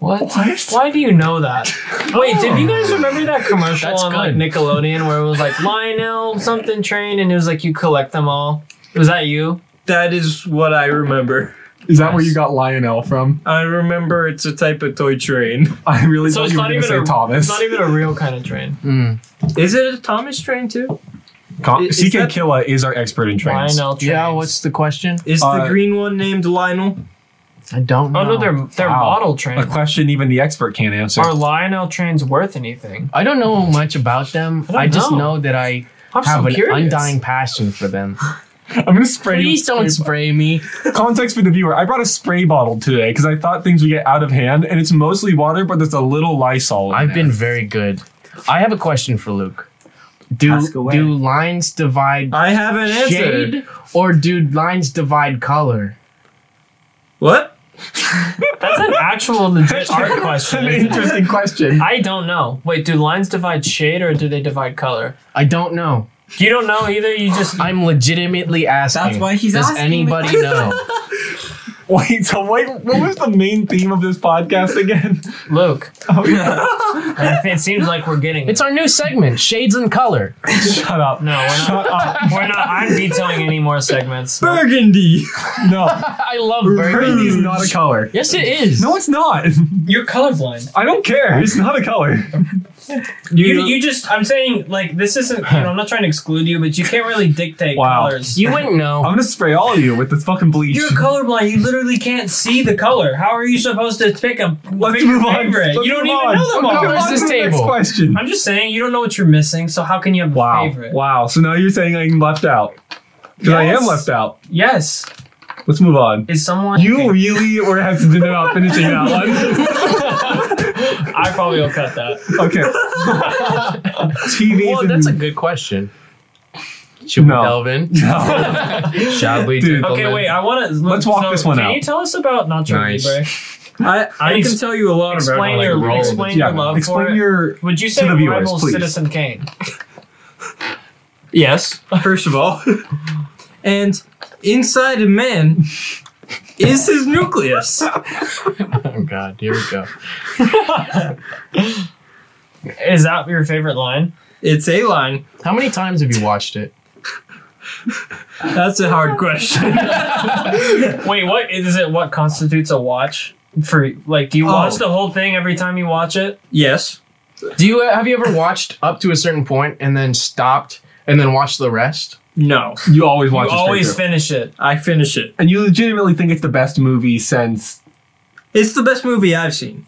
Speaker 1: What?
Speaker 2: What?
Speaker 1: Why do you know that? Wait, did you guys remember that commercial
Speaker 3: That's
Speaker 1: on
Speaker 3: good.
Speaker 1: like Nickelodeon where it was like Lionel something train and it was like you collect them all? Was that you?
Speaker 5: That is what I remember.
Speaker 2: Is that where you got Lionel from?
Speaker 5: I remember it's a type of toy train.
Speaker 2: I really
Speaker 1: So
Speaker 2: thought
Speaker 1: it's
Speaker 2: you were
Speaker 1: not
Speaker 2: gonna
Speaker 1: even
Speaker 2: say
Speaker 1: a
Speaker 2: Thomas.
Speaker 1: It's not even a real kind of train.
Speaker 3: Mm.
Speaker 5: Is it a Thomas train too?
Speaker 2: Com-
Speaker 5: i- is
Speaker 2: CK
Speaker 5: that-
Speaker 2: Killa is our expert in trains.
Speaker 1: Lionel trains.
Speaker 3: Yeah, what's the question?
Speaker 5: Is
Speaker 2: Uh,
Speaker 5: the green one named Lionel?
Speaker 3: I don't know.
Speaker 1: Oh no, they're they're
Speaker 2: Wow.
Speaker 1: model
Speaker 2: A
Speaker 1: trains.
Speaker 2: question even the expert can't answer.
Speaker 1: Are Lionel trains worth anything?
Speaker 3: I don't know much about them.
Speaker 1: don't
Speaker 3: I, just
Speaker 1: know.
Speaker 3: know that I
Speaker 1: I'm
Speaker 3: have
Speaker 1: so
Speaker 3: an
Speaker 1: curious.
Speaker 3: undying passion for them.
Speaker 2: I'm gonna spray.
Speaker 3: Please don't spray me.
Speaker 2: Context for the viewer: I brought a spray bottle today because I thought things would get out of hand, and it's mostly water, but there's a little Lysol. in
Speaker 3: I've
Speaker 2: there.
Speaker 3: been very good. I have a question for Luke. Do
Speaker 4: Ask away.
Speaker 3: do lines divide
Speaker 5: I have an answer.
Speaker 3: shade or do lines divide color?
Speaker 5: What?
Speaker 1: That's an actual legit art
Speaker 2: That's an
Speaker 1: question.
Speaker 2: interesting question.
Speaker 1: I don't know. Wait, do lines divide shade or do they divide color?
Speaker 3: I don't know.
Speaker 1: You don't know either. You just
Speaker 3: I'm legitimately asking.
Speaker 4: That's why he's
Speaker 3: Does
Speaker 4: asking the
Speaker 3: anybody know?
Speaker 2: Wait, so wait, what was the main theme of this podcast again?
Speaker 1: Luke.
Speaker 2: Oh, yeah.
Speaker 1: It seems like we're getting.
Speaker 3: It's our new segment, Shades and Color.
Speaker 2: Shut up.
Speaker 1: No, we're not.
Speaker 2: Shut up.
Speaker 1: We're not. I'm vetoing any more segments.
Speaker 5: Burgundy.
Speaker 2: No.
Speaker 3: I love
Speaker 2: Burgundy is
Speaker 3: burgundy.
Speaker 2: not a color.
Speaker 3: Yes, it is.
Speaker 2: No, it's not.
Speaker 1: You're colorblind.
Speaker 2: I don't care. It's not a color.
Speaker 1: You, you just I'm saying like this isn't you know I'm not trying to exclude you but you can't really dictate
Speaker 2: Wow.
Speaker 1: colors.
Speaker 3: You wouldn't know.
Speaker 2: I'm gonna spray all of you with this fucking bleach.
Speaker 1: You're colorblind. You literally can't see the color. How are you supposed to pick a
Speaker 2: Let's
Speaker 1: pick your
Speaker 2: move on.
Speaker 1: favorite?
Speaker 2: Let's
Speaker 1: you don't
Speaker 2: move
Speaker 1: even
Speaker 2: on.
Speaker 1: know them
Speaker 3: What
Speaker 1: all.
Speaker 3: color is
Speaker 2: On
Speaker 3: this
Speaker 2: to the
Speaker 3: table?
Speaker 2: Next question.
Speaker 1: I'm just saying you don't know what you're missing. So how can you have
Speaker 2: Wow.
Speaker 1: a favorite?
Speaker 2: Wow. So now you're saying I'm left out. Because I am
Speaker 1: Yes.
Speaker 2: left out.
Speaker 1: Yes,
Speaker 2: Let's move on.
Speaker 1: is someone
Speaker 2: You
Speaker 1: Okay.
Speaker 2: really were hesitant about finishing that
Speaker 1: I probably will cut that.
Speaker 2: one. Okay. TVs
Speaker 3: Well,
Speaker 2: and
Speaker 3: that's a good question. Should we
Speaker 2: No.
Speaker 3: delve in?
Speaker 2: no.
Speaker 3: Shall we? Oh,
Speaker 2: Dude.
Speaker 3: gentlemen?
Speaker 1: Okay, wait. I want to
Speaker 2: Let's walk this one
Speaker 1: can
Speaker 2: out.
Speaker 1: Can you tell us about Nacho
Speaker 3: Nice.
Speaker 1: Libre?
Speaker 5: I, I
Speaker 1: Ex-
Speaker 5: can tell you a lot
Speaker 1: Explain
Speaker 5: about
Speaker 1: your
Speaker 5: like, roles.
Speaker 1: explain
Speaker 2: Yeah.
Speaker 1: your love for
Speaker 2: Explain
Speaker 1: it.
Speaker 2: your
Speaker 1: Would you say
Speaker 2: the viewers,
Speaker 1: rival
Speaker 2: please.
Speaker 1: Citizen Kane?
Speaker 5: Yes, first of all. and inside a man is his nucleus.
Speaker 3: Oh God, here we go.
Speaker 1: Is that your favorite line?
Speaker 5: It's a line.
Speaker 3: How many times have you watched it?
Speaker 5: That's a hard question.
Speaker 1: Wait, what is it? What constitutes a watch for? Like, do you
Speaker 5: Oh.
Speaker 1: watch the whole thing every time you watch it?
Speaker 5: yes.
Speaker 3: Do you have you ever watched up to a certain point and then stopped and then watched the rest?
Speaker 5: No.
Speaker 2: you always watch
Speaker 1: You
Speaker 2: it straight
Speaker 1: always
Speaker 2: through.
Speaker 1: finish it.
Speaker 5: I finish it.
Speaker 2: and you legitimately think it's the best movie since
Speaker 5: It's the best movie I've seen.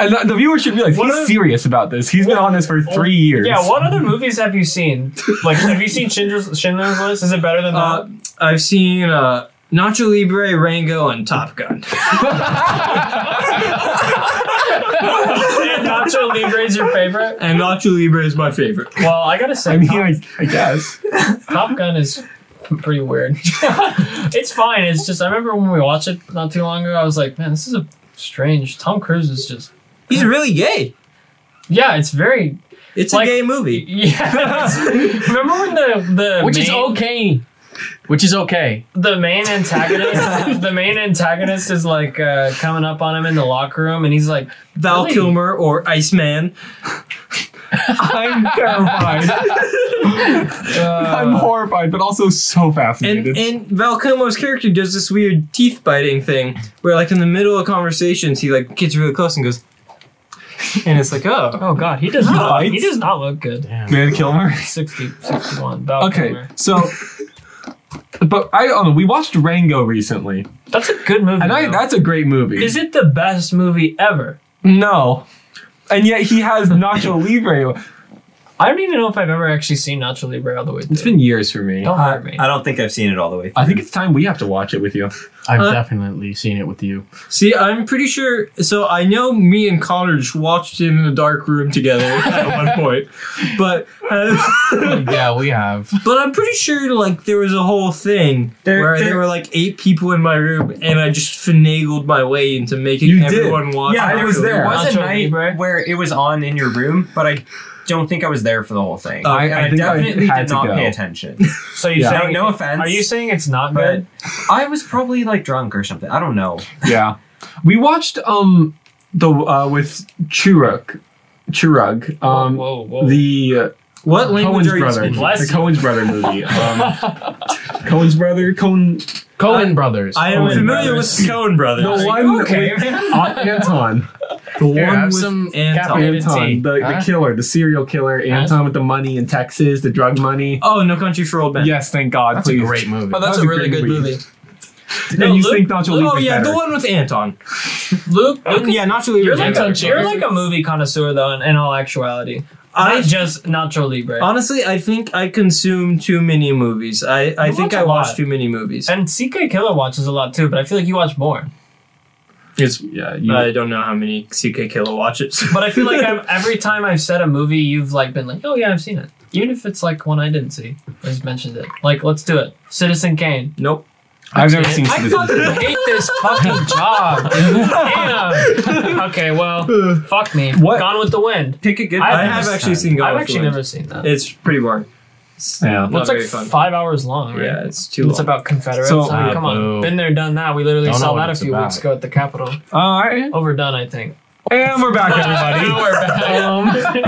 Speaker 2: and the, the viewer should be like,
Speaker 1: What
Speaker 2: he's
Speaker 1: are-
Speaker 2: serious about this. He's been on this for three years.
Speaker 1: Yeah. What other movies have you seen? Like, have you seen Schindler's, Schindler's List? Is it better than
Speaker 5: Uh, I've seen uh, Nacho Libre, Rango, and Top Gun.
Speaker 1: that?
Speaker 3: Uh,
Speaker 1: and Nacho Libre is your favorite?
Speaker 5: And Nacho Libre is my favorite.
Speaker 1: Well, I gotta say,
Speaker 2: I mean,
Speaker 1: Top,
Speaker 2: I, I guess.
Speaker 1: Top Gun is pretty weird. it's fine. It's just I remember when we watched it not too long ago. I was like, man, this is a strange. Tom Cruise is just
Speaker 5: He's really gay.
Speaker 1: yeah. It's very
Speaker 5: It's
Speaker 1: Like-
Speaker 5: a gay movie.
Speaker 1: Yeah. Remember when the the
Speaker 3: Which
Speaker 1: main,
Speaker 3: is okay. Which is okay.
Speaker 1: the main antagonist the main antagonist is like uh, coming up on him in the locker room and he's like
Speaker 5: Val
Speaker 1: Really?
Speaker 5: Kilmer or Iceman.
Speaker 2: I'm terrified. I'm
Speaker 1: uh,
Speaker 2: horrified, but also so
Speaker 5: And
Speaker 2: fascinated.
Speaker 5: and Val Kilmer's character does this weird teeth biting thing where like in the middle of conversations he like gets really close and goes and it's like, oh.
Speaker 1: oh god he does not
Speaker 2: bites.
Speaker 1: he does not look good
Speaker 2: Man Kilmer.
Speaker 1: 60 61 Val
Speaker 2: Okay,
Speaker 1: Kilmer.
Speaker 2: so. But I don't know. We watched Rango recently,
Speaker 1: that's a good movie
Speaker 2: and I,
Speaker 1: though.
Speaker 2: that's a great movie.
Speaker 1: is it the best movie ever
Speaker 2: No. And yet he has Nacho Libre.
Speaker 1: I don't even know if I've ever actually seen Nacho Libre all the way through
Speaker 2: It's been years for me.
Speaker 1: don't hurt me
Speaker 4: Uh, I don't think I've seen it all the way.
Speaker 2: I think it's time we have to watch it with you.
Speaker 3: I've
Speaker 5: Uh,
Speaker 3: definitely seen it with you.
Speaker 5: See, I'm pretty sure so I know me and Connor just watched it in a dark room together at one point. But uh,
Speaker 3: yeah, we have.
Speaker 5: but I'm pretty sure like there was a whole thing
Speaker 4: There-
Speaker 5: where there
Speaker 4: there-
Speaker 5: were like eight people in my room and I just finagled my way into making
Speaker 2: You did.
Speaker 5: everyone watch
Speaker 4: Yeah,
Speaker 2: I
Speaker 4: there
Speaker 5: Nacho
Speaker 4: was there
Speaker 5: Libre.
Speaker 4: was a
Speaker 1: Nacho
Speaker 4: night
Speaker 1: Libre.
Speaker 4: where it was on in your room, but I don't think I was there for the whole thing.
Speaker 5: Oh,
Speaker 4: And
Speaker 2: I- I think I
Speaker 4: definitely
Speaker 2: had
Speaker 4: did
Speaker 2: to
Speaker 4: not
Speaker 2: go.
Speaker 4: pay attention.
Speaker 1: so you
Speaker 2: Yeah.
Speaker 1: saying
Speaker 4: no, no offense.
Speaker 1: are you saying it's not
Speaker 4: But-
Speaker 1: good
Speaker 4: I was probably like drunk or something. I don't know.
Speaker 2: Yeah. We watched um the uh with Churuk. Churug. Um
Speaker 1: whoa whoa, whoa.
Speaker 2: the uh,
Speaker 5: What language
Speaker 2: Cohen's
Speaker 5: are you
Speaker 2: brother.
Speaker 5: speaking?
Speaker 1: Bless
Speaker 2: The
Speaker 1: you.
Speaker 2: Cohen's brother movie. Um Cohen's brother, Cohen
Speaker 3: Cohen Brothers.
Speaker 5: I am
Speaker 2: Coen
Speaker 5: familiar
Speaker 2: brothers.
Speaker 5: with the Cohen brothers.
Speaker 2: Oh the
Speaker 1: Are
Speaker 2: one
Speaker 1: you okay
Speaker 2: with
Speaker 1: man?
Speaker 2: Aunt Anton.
Speaker 5: The one
Speaker 3: Here, have
Speaker 5: with
Speaker 3: some
Speaker 5: Anton.
Speaker 3: caffeinated tea.
Speaker 2: Anton, the,
Speaker 3: Huh?
Speaker 2: the killer, the serial killer, Anton with the money in Texas, the drug money.
Speaker 5: Oh, No Country for Old Men.
Speaker 2: Yes, thank God,
Speaker 3: That's
Speaker 2: please.
Speaker 3: a great movie.
Speaker 5: Oh,
Speaker 2: that-
Speaker 5: that's,
Speaker 2: That was
Speaker 5: a
Speaker 2: a
Speaker 5: really
Speaker 2: great
Speaker 5: good
Speaker 2: movie.
Speaker 5: movie.
Speaker 2: And
Speaker 1: No,
Speaker 2: you
Speaker 1: Luke-
Speaker 2: think Nacho Libre's
Speaker 5: Oh yeah,
Speaker 2: better.
Speaker 5: the one with Anton.
Speaker 1: Luke, Luke
Speaker 5: yeah, Nacho Libre.
Speaker 1: You're
Speaker 5: is
Speaker 1: like,
Speaker 5: better.
Speaker 1: a, you're like a movie connoisseur though, in, in all actuality.
Speaker 5: I
Speaker 1: Not just Nacho Libre.
Speaker 5: honestly, I think I consume too many movies. I, I
Speaker 1: You
Speaker 5: think
Speaker 1: watch
Speaker 5: I
Speaker 1: a
Speaker 5: watch
Speaker 1: lot.
Speaker 5: too many movies.
Speaker 1: and CK Killer watches a lot too, but I feel like you watch more.
Speaker 5: It's
Speaker 2: Yeah, you,
Speaker 5: I don't know how many CK Killer watches,
Speaker 1: But I feel like I'm, every time I've said a movie, you've like been like, oh yeah, I've seen it. Even if it's like one I didn't see, I just mentioned it. Like, let's do it. Citizen Kane.
Speaker 5: nope.
Speaker 2: I've never seen
Speaker 1: I
Speaker 2: Citizen
Speaker 1: fucking
Speaker 2: Kane.
Speaker 1: hate this fucking job. Damn. Okay, well, fuck me.
Speaker 2: What?
Speaker 1: Gone with the Wind.
Speaker 4: Pick a good.
Speaker 1: I
Speaker 5: I
Speaker 1: haven't
Speaker 5: have
Speaker 1: seen
Speaker 5: actually
Speaker 4: it.
Speaker 5: seen. God
Speaker 1: I've
Speaker 5: of
Speaker 1: actually
Speaker 5: War.
Speaker 1: never seen that.
Speaker 5: It's pretty boring.
Speaker 2: Yeah.
Speaker 5: Not
Speaker 1: It's like
Speaker 5: very fun.
Speaker 1: five hours long, right?
Speaker 5: Yeah, it's too
Speaker 1: It's
Speaker 5: long.
Speaker 1: about Confederates.
Speaker 2: So-
Speaker 1: I mean, come on,
Speaker 3: Boo.
Speaker 1: been there, done that. We literally
Speaker 3: Don't know
Speaker 1: saw
Speaker 3: what
Speaker 1: that a
Speaker 3: it's
Speaker 1: few
Speaker 3: about.
Speaker 1: weeks ago at the Capitol.
Speaker 2: All right.
Speaker 1: Overdone, I think.
Speaker 2: And we're back, everybody.
Speaker 1: We're back.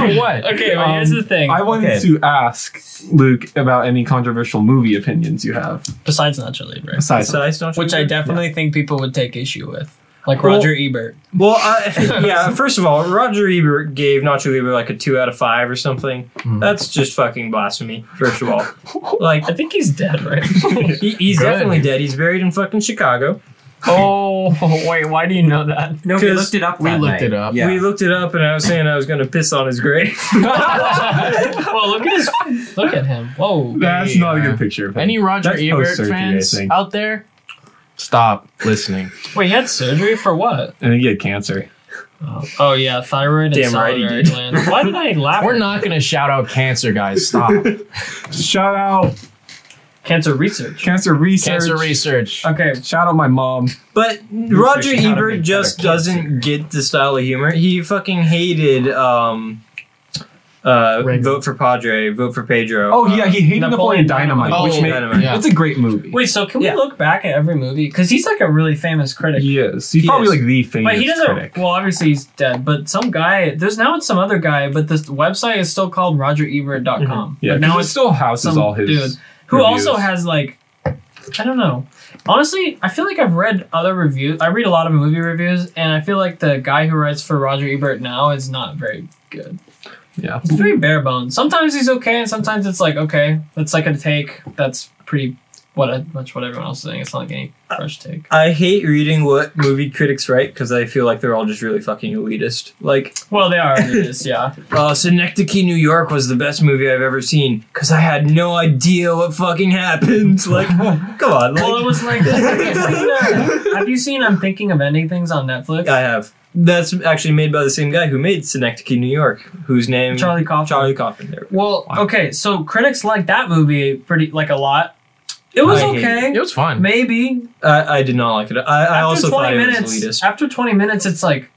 Speaker 3: Um, what?
Speaker 1: okay, but
Speaker 2: Um,
Speaker 1: here's the thing.
Speaker 2: I wanted
Speaker 4: Okay.
Speaker 2: to ask Luke about any controversial movie opinions you have
Speaker 1: Besides Nacho Libre,
Speaker 2: besides.
Speaker 5: Besides Nacho
Speaker 1: which I
Speaker 5: Libre?
Speaker 1: definitely think people would take issue with. like
Speaker 5: Well-
Speaker 1: Roger Ebert.
Speaker 5: Well, I, yeah. First of all, Roger Ebert gave Nacho Libre like a two out of five or something.
Speaker 1: Hmm.
Speaker 5: That's just fucking blasphemy. First of all, like
Speaker 1: I think he's dead, right?
Speaker 5: he, he's
Speaker 3: Good.
Speaker 5: definitely dead. He's buried in fucking Chicago.
Speaker 1: oh wait, why do you know that?
Speaker 4: No, we
Speaker 5: 'Cause
Speaker 4: looked it up.
Speaker 3: we
Speaker 4: that
Speaker 3: looked
Speaker 4: night.
Speaker 3: it up.
Speaker 4: Yeah.
Speaker 5: We looked it up, and I was saying I was gonna piss on his grave.
Speaker 1: well, look at his, look at him. Whoa,
Speaker 2: That's not a good picture. of him.
Speaker 3: Any Roger
Speaker 2: That's
Speaker 3: Ebert
Speaker 2: post-surgery, I
Speaker 3: fans
Speaker 2: think.
Speaker 3: out there? Stop listening.
Speaker 1: wait, he had surgery for what?
Speaker 2: I think he had cancer.
Speaker 1: Oh, oh, yeah, thyroid and
Speaker 5: Damn right he
Speaker 1: salivary
Speaker 5: did.
Speaker 1: glands. Why did I laugh?
Speaker 3: We're not gonna shout out cancer, guys. Stop.
Speaker 2: Shout out
Speaker 1: cancer research.
Speaker 2: cancer research.
Speaker 3: cancer research.
Speaker 1: Okay,
Speaker 2: Shout out my mom.
Speaker 5: But Roger
Speaker 2: figured out a
Speaker 5: Ebert
Speaker 2: big
Speaker 5: just
Speaker 2: better kid
Speaker 5: doesn't get the style of humor. He fucking hated um uh
Speaker 3: Reagan.
Speaker 5: vote for Padre, vote for Pedro.
Speaker 2: Oh yeah, he hated
Speaker 1: Napoleon
Speaker 2: Napoleon Dynamite,
Speaker 1: Dynamite.
Speaker 2: which made
Speaker 5: Dynamite.
Speaker 3: Oh, Yeah.
Speaker 2: it's a great movie.
Speaker 1: wait. So can
Speaker 5: Yeah.
Speaker 1: we look back at every movie? Because he's like a really famous critic.
Speaker 2: He is. He's
Speaker 5: He
Speaker 2: probably
Speaker 5: is.
Speaker 2: like the famous
Speaker 1: But he doesn't.
Speaker 2: critic.
Speaker 1: Well, obviously he's dead. But some guy. There's now it's some other guy. But this website is still called RogerEbert.com.
Speaker 5: Mm-hmm.
Speaker 2: yeah,
Speaker 1: But
Speaker 2: now
Speaker 1: now
Speaker 2: it
Speaker 1: it's
Speaker 2: still houses
Speaker 1: some
Speaker 2: all his.
Speaker 1: dude who
Speaker 2: reviews.
Speaker 1: also has like, I don't know. Honestly, I feel like I've read other reviews. I read a lot of movie reviews, and I feel like the guy who writes for Roger Ebert now is not very good.
Speaker 2: Yeah.
Speaker 1: It's very bare bones. Sometimes he's okay, and sometimes it's like okay, that's like a take that's pretty what much what everyone else is saying. It's not like any fresh take.
Speaker 5: I hate reading what movie critics write because I feel like they're all just really fucking elitist. Like,
Speaker 1: Well, they are. It is, yeah.
Speaker 5: uh, Synecdoche, New York was the best movie I've ever seen because I had no idea what fucking happened. Like, come on. Like,
Speaker 1: Well, it was like, have you seen, uh, have you seen I'm Thinking of Ending Things on Netflix?
Speaker 5: I have. That's actually made by the same guy who made Synecdoche, New York, whose name
Speaker 1: Charlie Kaufman.
Speaker 5: Charlie Kaufman. There.
Speaker 1: Well, okay, so critics liked that movie pretty, like, a lot. It was
Speaker 5: I hate
Speaker 1: okay.
Speaker 3: It was fun.
Speaker 1: Maybe.
Speaker 5: I, I did not like it. I, I
Speaker 1: after 20
Speaker 5: also thought
Speaker 1: minutes,
Speaker 5: it was elitist.
Speaker 1: After 20 minutes, it's like,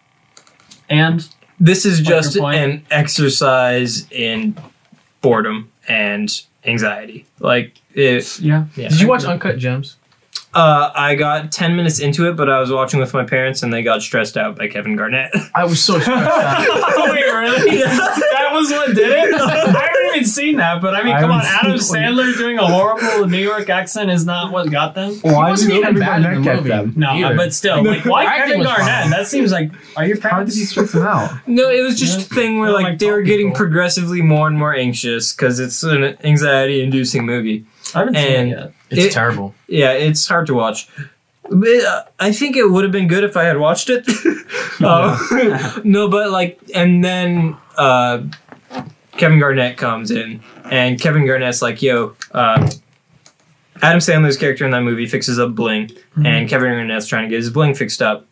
Speaker 1: and
Speaker 5: This is
Speaker 1: Like
Speaker 5: just
Speaker 1: your point.
Speaker 5: an exercise in boredom and anxiety. Like if
Speaker 1: yeah.
Speaker 3: Did you watch Uncut Gems?
Speaker 5: uh, I got ten minutes into it, but I was watching with my parents, and they got stressed out by Kevin Garnett.
Speaker 3: I was so stressed out.
Speaker 1: Wait, really? that was what did it? I haven't even seen that, but I mean,
Speaker 2: I
Speaker 1: come on, Adam
Speaker 2: haven't seen
Speaker 1: Sandler doing a horrible New York accent is not what got them.
Speaker 2: Why
Speaker 3: wasn't
Speaker 2: did
Speaker 3: even
Speaker 2: Kevin
Speaker 3: bad in
Speaker 2: Garnett
Speaker 3: the
Speaker 2: get
Speaker 3: movie.
Speaker 2: them?
Speaker 1: No, uh,
Speaker 3: Either.
Speaker 1: but still, like, why
Speaker 3: Acting
Speaker 1: Kevin
Speaker 3: was
Speaker 1: Garnett?
Speaker 3: fine.
Speaker 1: That seems like, are your
Speaker 2: How did
Speaker 1: parents?
Speaker 2: he stress them out?
Speaker 5: No, it was just a thing where
Speaker 1: Yeah,
Speaker 5: like,
Speaker 1: like
Speaker 5: they were
Speaker 1: tall
Speaker 5: getting
Speaker 1: people.
Speaker 5: progressively more and more anxious because it's an anxiety-inducing movie.
Speaker 1: I haven't seen
Speaker 5: And-
Speaker 1: it yet.
Speaker 3: It's
Speaker 5: It-
Speaker 3: terrible.
Speaker 5: Yeah, it's hard to watch. But, uh, I think it would have been good if I had watched it. um, no, but like, and then uh, Kevin Garnett comes in, and Kevin Garnett's like, "Yo, uh, Adam Sandler's character in that movie fixes up bling, and Kevin Garnett's trying to get his bling fixed up."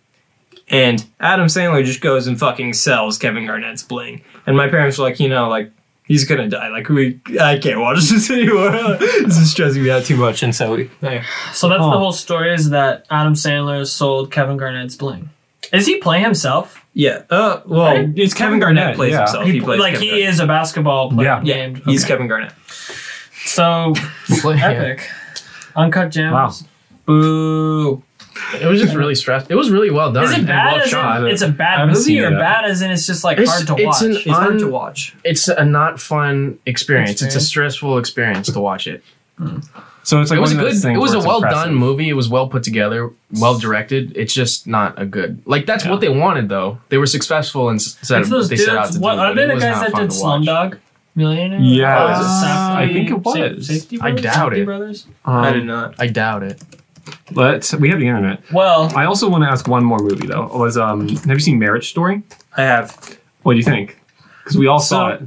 Speaker 5: And Adam Sandler just goes and fucking sells Kevin Garnett's bling. And my parents were like, you know, like he's gonna die. Like we, I can't watch this anymore. this is stressing me out too much. And so we,
Speaker 1: So that's
Speaker 5: Huh.
Speaker 1: the whole story is that Adam Sandler sold Kevin Garnett's bling. Is he playing himself?
Speaker 5: Yeah. Uh, well,
Speaker 1: Right?
Speaker 5: it's Kevin Garnett, plays
Speaker 2: yeah.
Speaker 5: himself. He, plays
Speaker 1: like
Speaker 5: Kevin
Speaker 1: he is a basketball
Speaker 2: Yeah.
Speaker 1: player.
Speaker 5: Garnett.
Speaker 1: named-
Speaker 5: Yeah, he's
Speaker 1: okay.
Speaker 5: Kevin Garnett.
Speaker 1: so
Speaker 3: Yeah.
Speaker 1: epic. Uncut Gems.
Speaker 2: Wow.
Speaker 1: Boo.
Speaker 3: It was just really stressed. It was really well done.
Speaker 1: Is it
Speaker 3: and
Speaker 1: bad?
Speaker 3: well
Speaker 1: as
Speaker 3: shot.
Speaker 1: in, it's a
Speaker 2: I
Speaker 1: bad
Speaker 2: haven't
Speaker 1: movie,
Speaker 2: seen
Speaker 1: or
Speaker 2: it yet.
Speaker 1: bad as in it's just like
Speaker 3: It's-
Speaker 1: hard to
Speaker 3: it's
Speaker 1: watch.
Speaker 3: an-
Speaker 5: It's hard
Speaker 3: Un-
Speaker 5: to watch.
Speaker 3: It's a not fun experience. It's a
Speaker 1: Experience.
Speaker 3: stressful experience to watch it.
Speaker 2: So it's like
Speaker 3: it was a
Speaker 2: one of those
Speaker 3: good.
Speaker 2: things
Speaker 3: It was
Speaker 2: where
Speaker 3: a
Speaker 2: it's
Speaker 3: well
Speaker 2: impressive.
Speaker 3: done movie. It was well put together, well directed. It's just not a good. Like that's what they wanted though. They were successful and s- set,
Speaker 1: it's those
Speaker 3: they
Speaker 1: dudes.
Speaker 3: set out to
Speaker 1: What
Speaker 3: do.
Speaker 1: are
Speaker 3: but it
Speaker 1: they the
Speaker 3: was
Speaker 1: guys
Speaker 3: not
Speaker 1: that
Speaker 3: fun
Speaker 1: did
Speaker 3: to watch.
Speaker 1: Slumdog Millionaire?
Speaker 2: Yeah.
Speaker 1: Uh,
Speaker 2: I think it
Speaker 1: Sa-
Speaker 2: was.
Speaker 1: Safety
Speaker 3: I
Speaker 1: Brothers?
Speaker 3: doubt
Speaker 1: Safety
Speaker 3: it.
Speaker 1: Brothers?
Speaker 2: Um,
Speaker 5: I did not.
Speaker 3: I doubt it.
Speaker 2: But we have the internet.
Speaker 1: Well,
Speaker 2: I also want to ask one more movie though. Was um have you seen Marriage Story?
Speaker 5: I have.
Speaker 2: What do you think? Because we all saw
Speaker 5: So-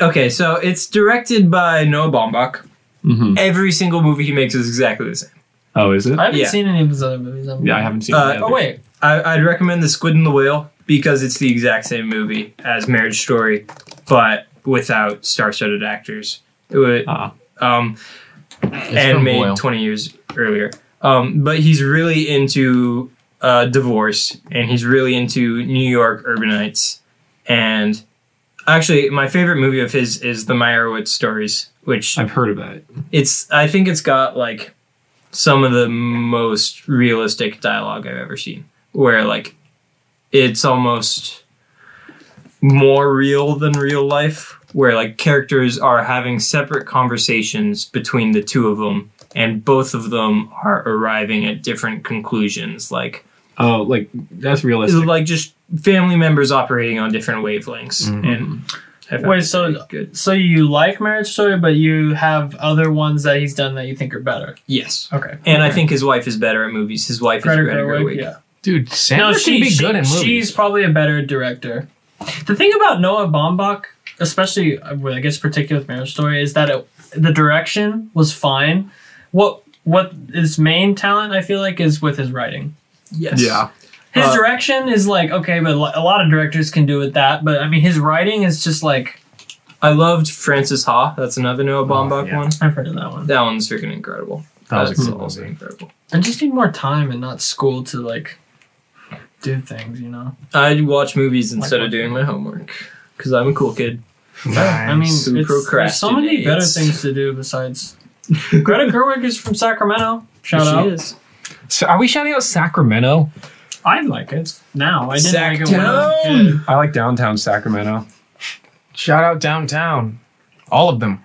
Speaker 2: it.
Speaker 5: Okay, so it's directed by Noah Baumbach.
Speaker 2: Mm-hmm.
Speaker 5: Every single movie he makes is exactly the same.
Speaker 2: Oh, is it?
Speaker 1: I haven't
Speaker 5: Yeah.
Speaker 1: seen any of his other movies. I'm-
Speaker 2: yeah, I haven't seen
Speaker 5: Uh,
Speaker 2: it.
Speaker 1: Oh wait,
Speaker 5: I, I'd recommend The Squid and the Whale because it's the exact same movie as Marriage Story, but without star-studded actors. It would,
Speaker 2: Ah.
Speaker 5: um,
Speaker 3: It's
Speaker 5: and
Speaker 3: from
Speaker 5: made
Speaker 3: Boyle.
Speaker 5: 20 years earlier. Um, but he's really into uh, divorce and he's really into New York urbanites. And actually, my favorite movie of his is The Meyerowitz Stories, which
Speaker 2: I've heard about it.
Speaker 5: it's, I think it's got like some of the most realistic dialogue I've ever seen, where like it's almost more real than real life where like characters are having separate conversations between the two of them and both of them are arriving at different conclusions like
Speaker 2: Oh, like that's
Speaker 5: It's
Speaker 2: realistic.
Speaker 5: like just family members operating on different wavelengths.
Speaker 4: Mhm.
Speaker 5: And I found
Speaker 1: Wait,
Speaker 5: it
Speaker 1: so-
Speaker 5: really good.
Speaker 1: So you like Marriage Story, but you have other ones that he's done that you think are better.
Speaker 5: Yes.
Speaker 1: Okay.
Speaker 5: And I think his wife is better at movies. His wife
Speaker 1: Greta
Speaker 5: is Greta
Speaker 1: Gerwig,
Speaker 5: Gerwig.
Speaker 1: yeah.
Speaker 3: Dude, Sandra
Speaker 1: no, she,
Speaker 3: should be
Speaker 1: she-
Speaker 3: good in movies.
Speaker 1: She's probably a better director. The thing about Noah Baumbach, especially uh, well, I guess particular with Marriage Story, is that it, the direction was fine. What what his main talent I feel like is with his writing.
Speaker 5: Yes.
Speaker 2: Yeah.
Speaker 1: His
Speaker 5: Uh,
Speaker 1: direction is like okay, but li- a lot of directors can do with that. But I mean, his writing is just like
Speaker 5: I loved Francis Ha. That's another Noah Baumbach
Speaker 3: yeah.
Speaker 5: one.
Speaker 1: I've heard of that one.
Speaker 5: That one's freaking incredible.
Speaker 3: That was a
Speaker 5: That's
Speaker 3: cool
Speaker 5: also
Speaker 3: movie.
Speaker 5: incredible.
Speaker 1: I just need more time and not school to like do things, you know.
Speaker 5: I watch movies instead
Speaker 1: watching-
Speaker 5: of doing my homework because I'm a cool kid.
Speaker 1: I mean,
Speaker 3: Nice.
Speaker 5: Who
Speaker 1: it's, there's so many better
Speaker 5: procrastinates.
Speaker 1: things to do besides. Greta Gerwig is from Sacramento. Shout
Speaker 5: She
Speaker 1: out.
Speaker 5: is.
Speaker 3: So are we shouting out Sacramento?
Speaker 1: I like it now. I didn't like it when I was a
Speaker 5: Sacktown.
Speaker 1: kid.
Speaker 2: I like downtown Sacramento.
Speaker 3: Shout out downtown. All of them.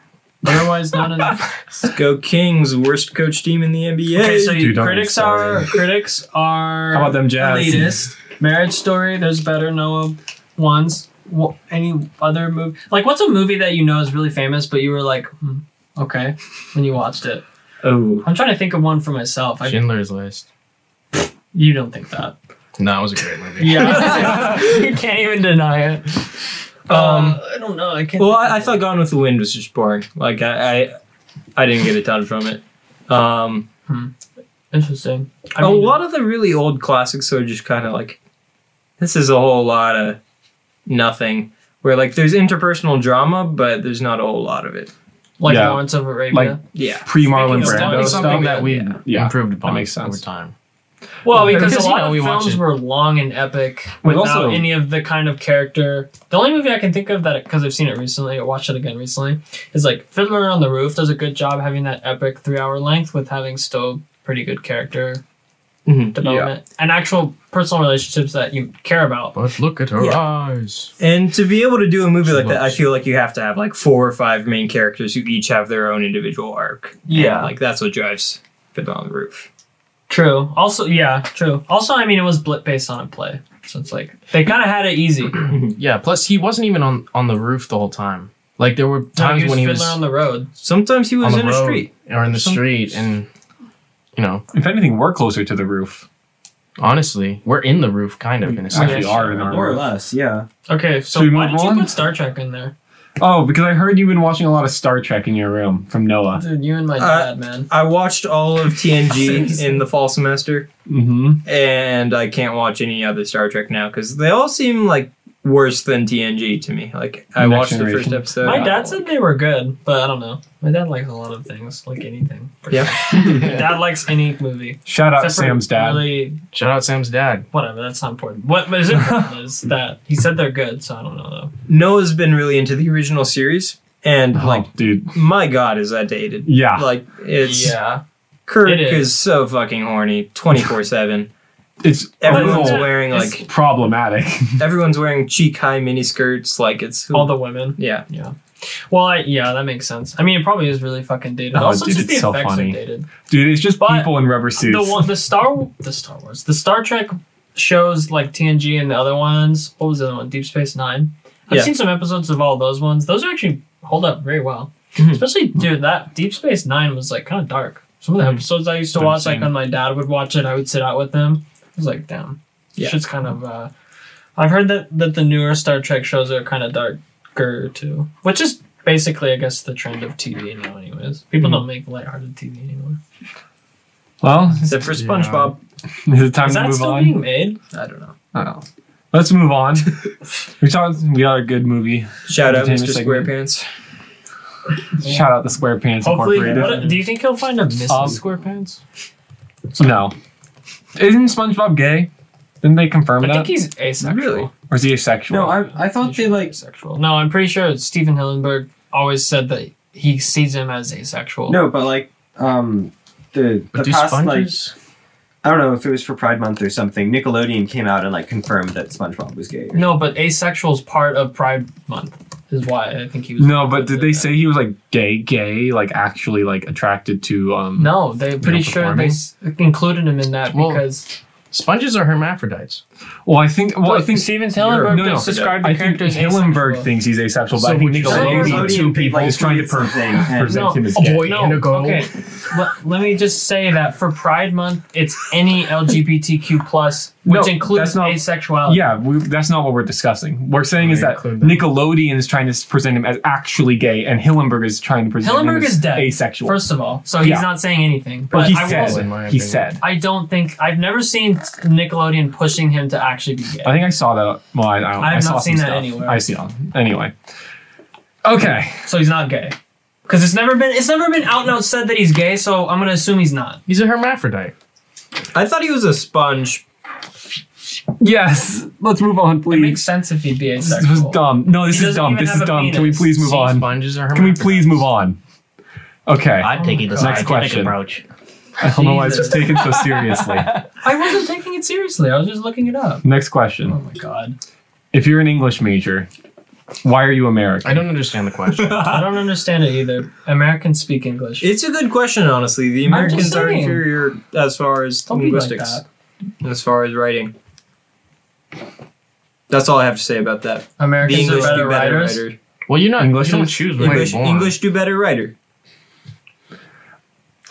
Speaker 1: Otherwise, not enough.
Speaker 5: Let's go Kings, worst coach team in the NBA.
Speaker 1: Okay, so you,
Speaker 2: Dude, don't be
Speaker 1: critics
Speaker 2: sorry.
Speaker 1: are critics are
Speaker 2: How about them jazz?
Speaker 1: elitist. Marriage Story. There's better Noah ones. Wha- any other movie? Like, what's a movie that you know is really famous, but you were like, hmm, okay, when you watched it?
Speaker 5: oh,
Speaker 1: I'm trying to think of one for myself. I,
Speaker 3: Schindler's List.
Speaker 1: you don't think that?
Speaker 3: No, it was a great movie.
Speaker 1: Yeah, you can't even deny it.
Speaker 5: Um,
Speaker 1: I don't know. I can't.
Speaker 5: well, I, I thought Gone with the Wind was just boring. Like I, I, I didn't get a ton from it. Um,
Speaker 1: interesting. I
Speaker 5: a
Speaker 1: mean,
Speaker 5: lot of the really old classics are just kind of like, this is a whole lot of nothing. Where like there's interpersonal drama, but there's not a whole lot of it.
Speaker 1: like
Speaker 2: Yeah.
Speaker 1: Lawrence of Arabia.
Speaker 2: Like-
Speaker 5: Yeah.
Speaker 2: Pre
Speaker 1: Speaking of
Speaker 2: Marlon Brando.
Speaker 1: Downtown,
Speaker 3: It's something
Speaker 1: Stuff.
Speaker 3: that we
Speaker 2: Yeah,
Speaker 3: improved upon
Speaker 2: makes sense.
Speaker 3: over time.
Speaker 1: well,
Speaker 3: Yeah,
Speaker 1: because a
Speaker 3: because, you
Speaker 1: lot
Speaker 3: know,
Speaker 1: of
Speaker 3: we watch
Speaker 1: films
Speaker 3: it.
Speaker 1: were long and epic
Speaker 2: But
Speaker 1: without
Speaker 2: also-
Speaker 1: any of the kind of character. The only movie I can think of that because I've seen it recently, I watched it again recently, is like Fiddler on the Roof does a good job having that epic three-hour length with having still pretty good character
Speaker 5: Mhm.
Speaker 1: development and actual personal relationships that you care about.
Speaker 3: But look at her
Speaker 5: Yeah.
Speaker 3: eyes.
Speaker 5: And to be able to do a movie like that, I
Speaker 3: Looks.
Speaker 5: feel like you have to have like four or five main characters who each have their own individual arc.
Speaker 1: Yeah.
Speaker 5: And, like that's what drives Fiddler on the Roof.
Speaker 1: True. Also, yeah, true. Also, I mean, it was blit based on a play, so it's like they kind of had it easy.
Speaker 3: Yeah, plus he wasn't even on, on the roof the whole time. Like there were times when he was
Speaker 1: on the road.
Speaker 5: Sometimes he was
Speaker 3: on the
Speaker 5: in
Speaker 3: road
Speaker 5: a street.
Speaker 3: or in the
Speaker 5: Some-
Speaker 3: street and you know,
Speaker 2: If anything, we're closer to the roof.
Speaker 3: honestly, we're in the roof kind of in a
Speaker 2: Actually,
Speaker 3: sense.
Speaker 2: are in the
Speaker 4: More or
Speaker 2: roof.
Speaker 4: less, yeah.
Speaker 1: Okay, so
Speaker 2: Should we
Speaker 1: why
Speaker 2: move
Speaker 1: did you
Speaker 2: on?
Speaker 1: put Star Trek in there,
Speaker 2: Oh, because I heard you've been watching a lot of Star Trek in your room from Noah.
Speaker 1: dude? You and my
Speaker 5: Uh,
Speaker 1: dad, man.
Speaker 5: I watched all of TNG in the fall semester,
Speaker 2: Mm-hmm.
Speaker 5: and I can't watch any other Star Trek now because they all seem like worse than TNG to me. Like I
Speaker 2: Next
Speaker 5: watched the first
Speaker 2: Generation.
Speaker 5: episode.
Speaker 1: My dad said they were good, but I don't know. My dad likes a lot of things, like anything.
Speaker 5: Yeah.
Speaker 1: my dad likes any movie.
Speaker 2: Shout out
Speaker 1: Except for
Speaker 2: Sam's dad.
Speaker 1: Really,
Speaker 3: Shout out Sam's dad.
Speaker 1: whatever. That's not important. What is important is that he said they're good, so I don't know though.
Speaker 5: Noah's been really into the original series, and
Speaker 2: Oh, Ah.
Speaker 5: like
Speaker 2: dude.
Speaker 5: my god, is that dated?
Speaker 2: Yeah.
Speaker 5: Like it's
Speaker 1: yeah,
Speaker 5: Kirk
Speaker 1: It is.
Speaker 5: is. so fucking horny, twenty four seven.
Speaker 2: it's a
Speaker 5: Everyone's
Speaker 2: little
Speaker 5: wearing
Speaker 1: It's-
Speaker 5: like
Speaker 2: problematic.
Speaker 5: everyone's wearing cheek high miniskirts. Like it's
Speaker 1: all the women.
Speaker 5: yeah.
Speaker 1: Well, I, yeah, that makes sense. I mean, it probably is really fucking dated.
Speaker 2: Oh,
Speaker 1: also,
Speaker 2: dude,
Speaker 1: just the
Speaker 2: it's so
Speaker 1: effects
Speaker 2: funny.
Speaker 1: are dated.
Speaker 2: Dude, it's just
Speaker 1: But
Speaker 2: people in rubber suits.
Speaker 1: The one, the Star, the Star Wars, the Star Trek shows like TNG and the other ones. What was the other one? Deep Space Nine. I've
Speaker 5: Yeah.
Speaker 1: seen some episodes of all those ones. Those are actually hold up very well.
Speaker 2: Mm-hmm.
Speaker 5: Mhm.
Speaker 1: Especially, dude, that Deep Space Nine was like kind of dark. Some of the episodes I used to
Speaker 2: That's
Speaker 1: watch, like
Speaker 2: Mm-hmm.
Speaker 1: when
Speaker 2: insane.
Speaker 1: my dad would watch it, I would sit out with him. I was like, damn,
Speaker 5: Yeah.
Speaker 1: shit's kind of. uh I've heard that that the newer Star Trek shows are kind of darker too, which is basically, I guess, the trend of TV now. Anyways, people
Speaker 2: Mm-hmm.
Speaker 1: don't make lighthearted TV anymore.
Speaker 2: well,
Speaker 5: Except for SpongeBob.
Speaker 2: is it time
Speaker 1: Is
Speaker 2: to
Speaker 1: that
Speaker 2: move
Speaker 1: still
Speaker 2: on?
Speaker 1: being made?
Speaker 5: I don't know.
Speaker 2: Oh. Let's move on. we talked. We got a good movie.
Speaker 5: Shout out
Speaker 2: Entertainment
Speaker 5: Mr.
Speaker 2: segment.
Speaker 5: SquarePants.
Speaker 2: Shout out the SquarePants
Speaker 1: Hopefully,
Speaker 2: Incorporated.
Speaker 1: what, do you think he'll find a Mrs.
Speaker 2: Um,
Speaker 1: SquarePants?
Speaker 2: no, isn't SpongeBob gay? Didn't they confirm
Speaker 1: I
Speaker 2: that?
Speaker 1: think he's asexual.
Speaker 5: Really?
Speaker 2: or is he asexual?
Speaker 4: No, I I thought they like
Speaker 1: asexual. No, I'm pretty sure Stephen Hillenberg always said that he sees him as asexual.
Speaker 4: no, but like um the
Speaker 3: But
Speaker 4: the
Speaker 3: do
Speaker 4: past
Speaker 3: sponges?
Speaker 4: like I don't know if it was for Pride Month or something. Nickelodeon came out and like confirmed that SpongeBob was gay.
Speaker 1: no, but asexual is part of Pride Month, is why I think he was.
Speaker 2: no, but did they say he was like gay, gay, like actually like attracted to um?
Speaker 1: No, they're pretty sure they
Speaker 2: performing?
Speaker 1: s- included him in that
Speaker 3: Well-
Speaker 1: because
Speaker 3: Sponges are hermaphrodites.
Speaker 2: Well, I think. Well, I think.
Speaker 1: Steven Hillenburg
Speaker 2: No, no.
Speaker 1: just described
Speaker 2: I
Speaker 1: the
Speaker 2: think
Speaker 1: character as
Speaker 2: Hillenberg
Speaker 1: asexual.
Speaker 2: thinks he's asexual, but
Speaker 3: So
Speaker 2: I think
Speaker 3: would you say
Speaker 2: Nickelodeon
Speaker 1: Nickelodeon
Speaker 2: two people
Speaker 6: like,
Speaker 2: is trying to
Speaker 6: tweet something and-
Speaker 2: present
Speaker 1: No,
Speaker 2: him as
Speaker 3: a
Speaker 2: gay.
Speaker 3: boy and a girl.
Speaker 1: Okay, Well, let me just say that for Pride Month, it's any LGBTQ plus, which
Speaker 2: No,
Speaker 1: includes
Speaker 2: that's not-
Speaker 1: asexuality.
Speaker 2: Yeah, we, that's not what we're discussing. We're saying is
Speaker 3: Yeah,
Speaker 2: that
Speaker 3: clear that.
Speaker 2: Nickelodeon is trying to s- present him as actually gay, and Hillenberg is trying to present
Speaker 1: Hillenburg
Speaker 2: him as
Speaker 1: is dead.
Speaker 2: asexual.
Speaker 1: First of all, so he's
Speaker 2: Yeah.
Speaker 1: not saying anything.
Speaker 2: but
Speaker 1: But
Speaker 2: he
Speaker 1: I
Speaker 2: said.
Speaker 1: will.
Speaker 3: in my
Speaker 2: he
Speaker 3: opinion.
Speaker 2: said.
Speaker 1: I don't think I've never seen Nickelodeon pushing him to actually be gay.
Speaker 2: I think I saw that. Well, I, I, don't,
Speaker 1: I have
Speaker 2: I saw
Speaker 1: not
Speaker 2: some
Speaker 1: seen that
Speaker 2: stuff.
Speaker 1: anywhere.
Speaker 2: I see on anyway. Okay,
Speaker 1: So he's not gay. Because it's never been it's never been out and out said that he's gay, so I'm gonna assume he's not.
Speaker 3: He's a hermaphrodite.
Speaker 5: I thought he was a sponge.
Speaker 2: yes, let's move on,
Speaker 1: It makes
Speaker 2: please.
Speaker 1: sense if he'd be
Speaker 2: This was
Speaker 1: asexual.
Speaker 2: dumb. No, this
Speaker 1: He
Speaker 2: is
Speaker 1: doesn't
Speaker 2: dumb.
Speaker 1: even
Speaker 2: This is
Speaker 1: have a
Speaker 2: dumb. Can we
Speaker 1: penis.
Speaker 2: please move
Speaker 3: Sea
Speaker 2: on?
Speaker 3: sponges are hermaphrodites.
Speaker 2: Can we please move on? Okay, I
Speaker 6: I'm taking the
Speaker 2: Next
Speaker 6: scientific
Speaker 2: question.
Speaker 6: approach.
Speaker 2: don't know why it's
Speaker 1: Jesus.
Speaker 2: taken so seriously.
Speaker 1: I wasn't taking it seriously. I was just looking it up.
Speaker 2: Next
Speaker 1: Oh
Speaker 2: question:
Speaker 1: my god.
Speaker 2: If you're an English major, why are you American?
Speaker 3: I don't understand the question.
Speaker 1: I don't understand it either. Americans speak English.
Speaker 5: It's a good question, honestly. The
Speaker 1: I'm just
Speaker 5: Americans are
Speaker 1: saying.
Speaker 5: inferior as far as
Speaker 1: Don't be like
Speaker 5: linguistics,
Speaker 1: that.
Speaker 5: as far as writing. That's all I have to say about that. The
Speaker 1: Americans
Speaker 5: English
Speaker 1: are better
Speaker 5: do better
Speaker 1: writers.
Speaker 5: writer.
Speaker 3: well, you're not
Speaker 2: English
Speaker 3: You don't
Speaker 2: is-
Speaker 3: choose where
Speaker 5: English,
Speaker 3: you're born.
Speaker 5: English do better writer.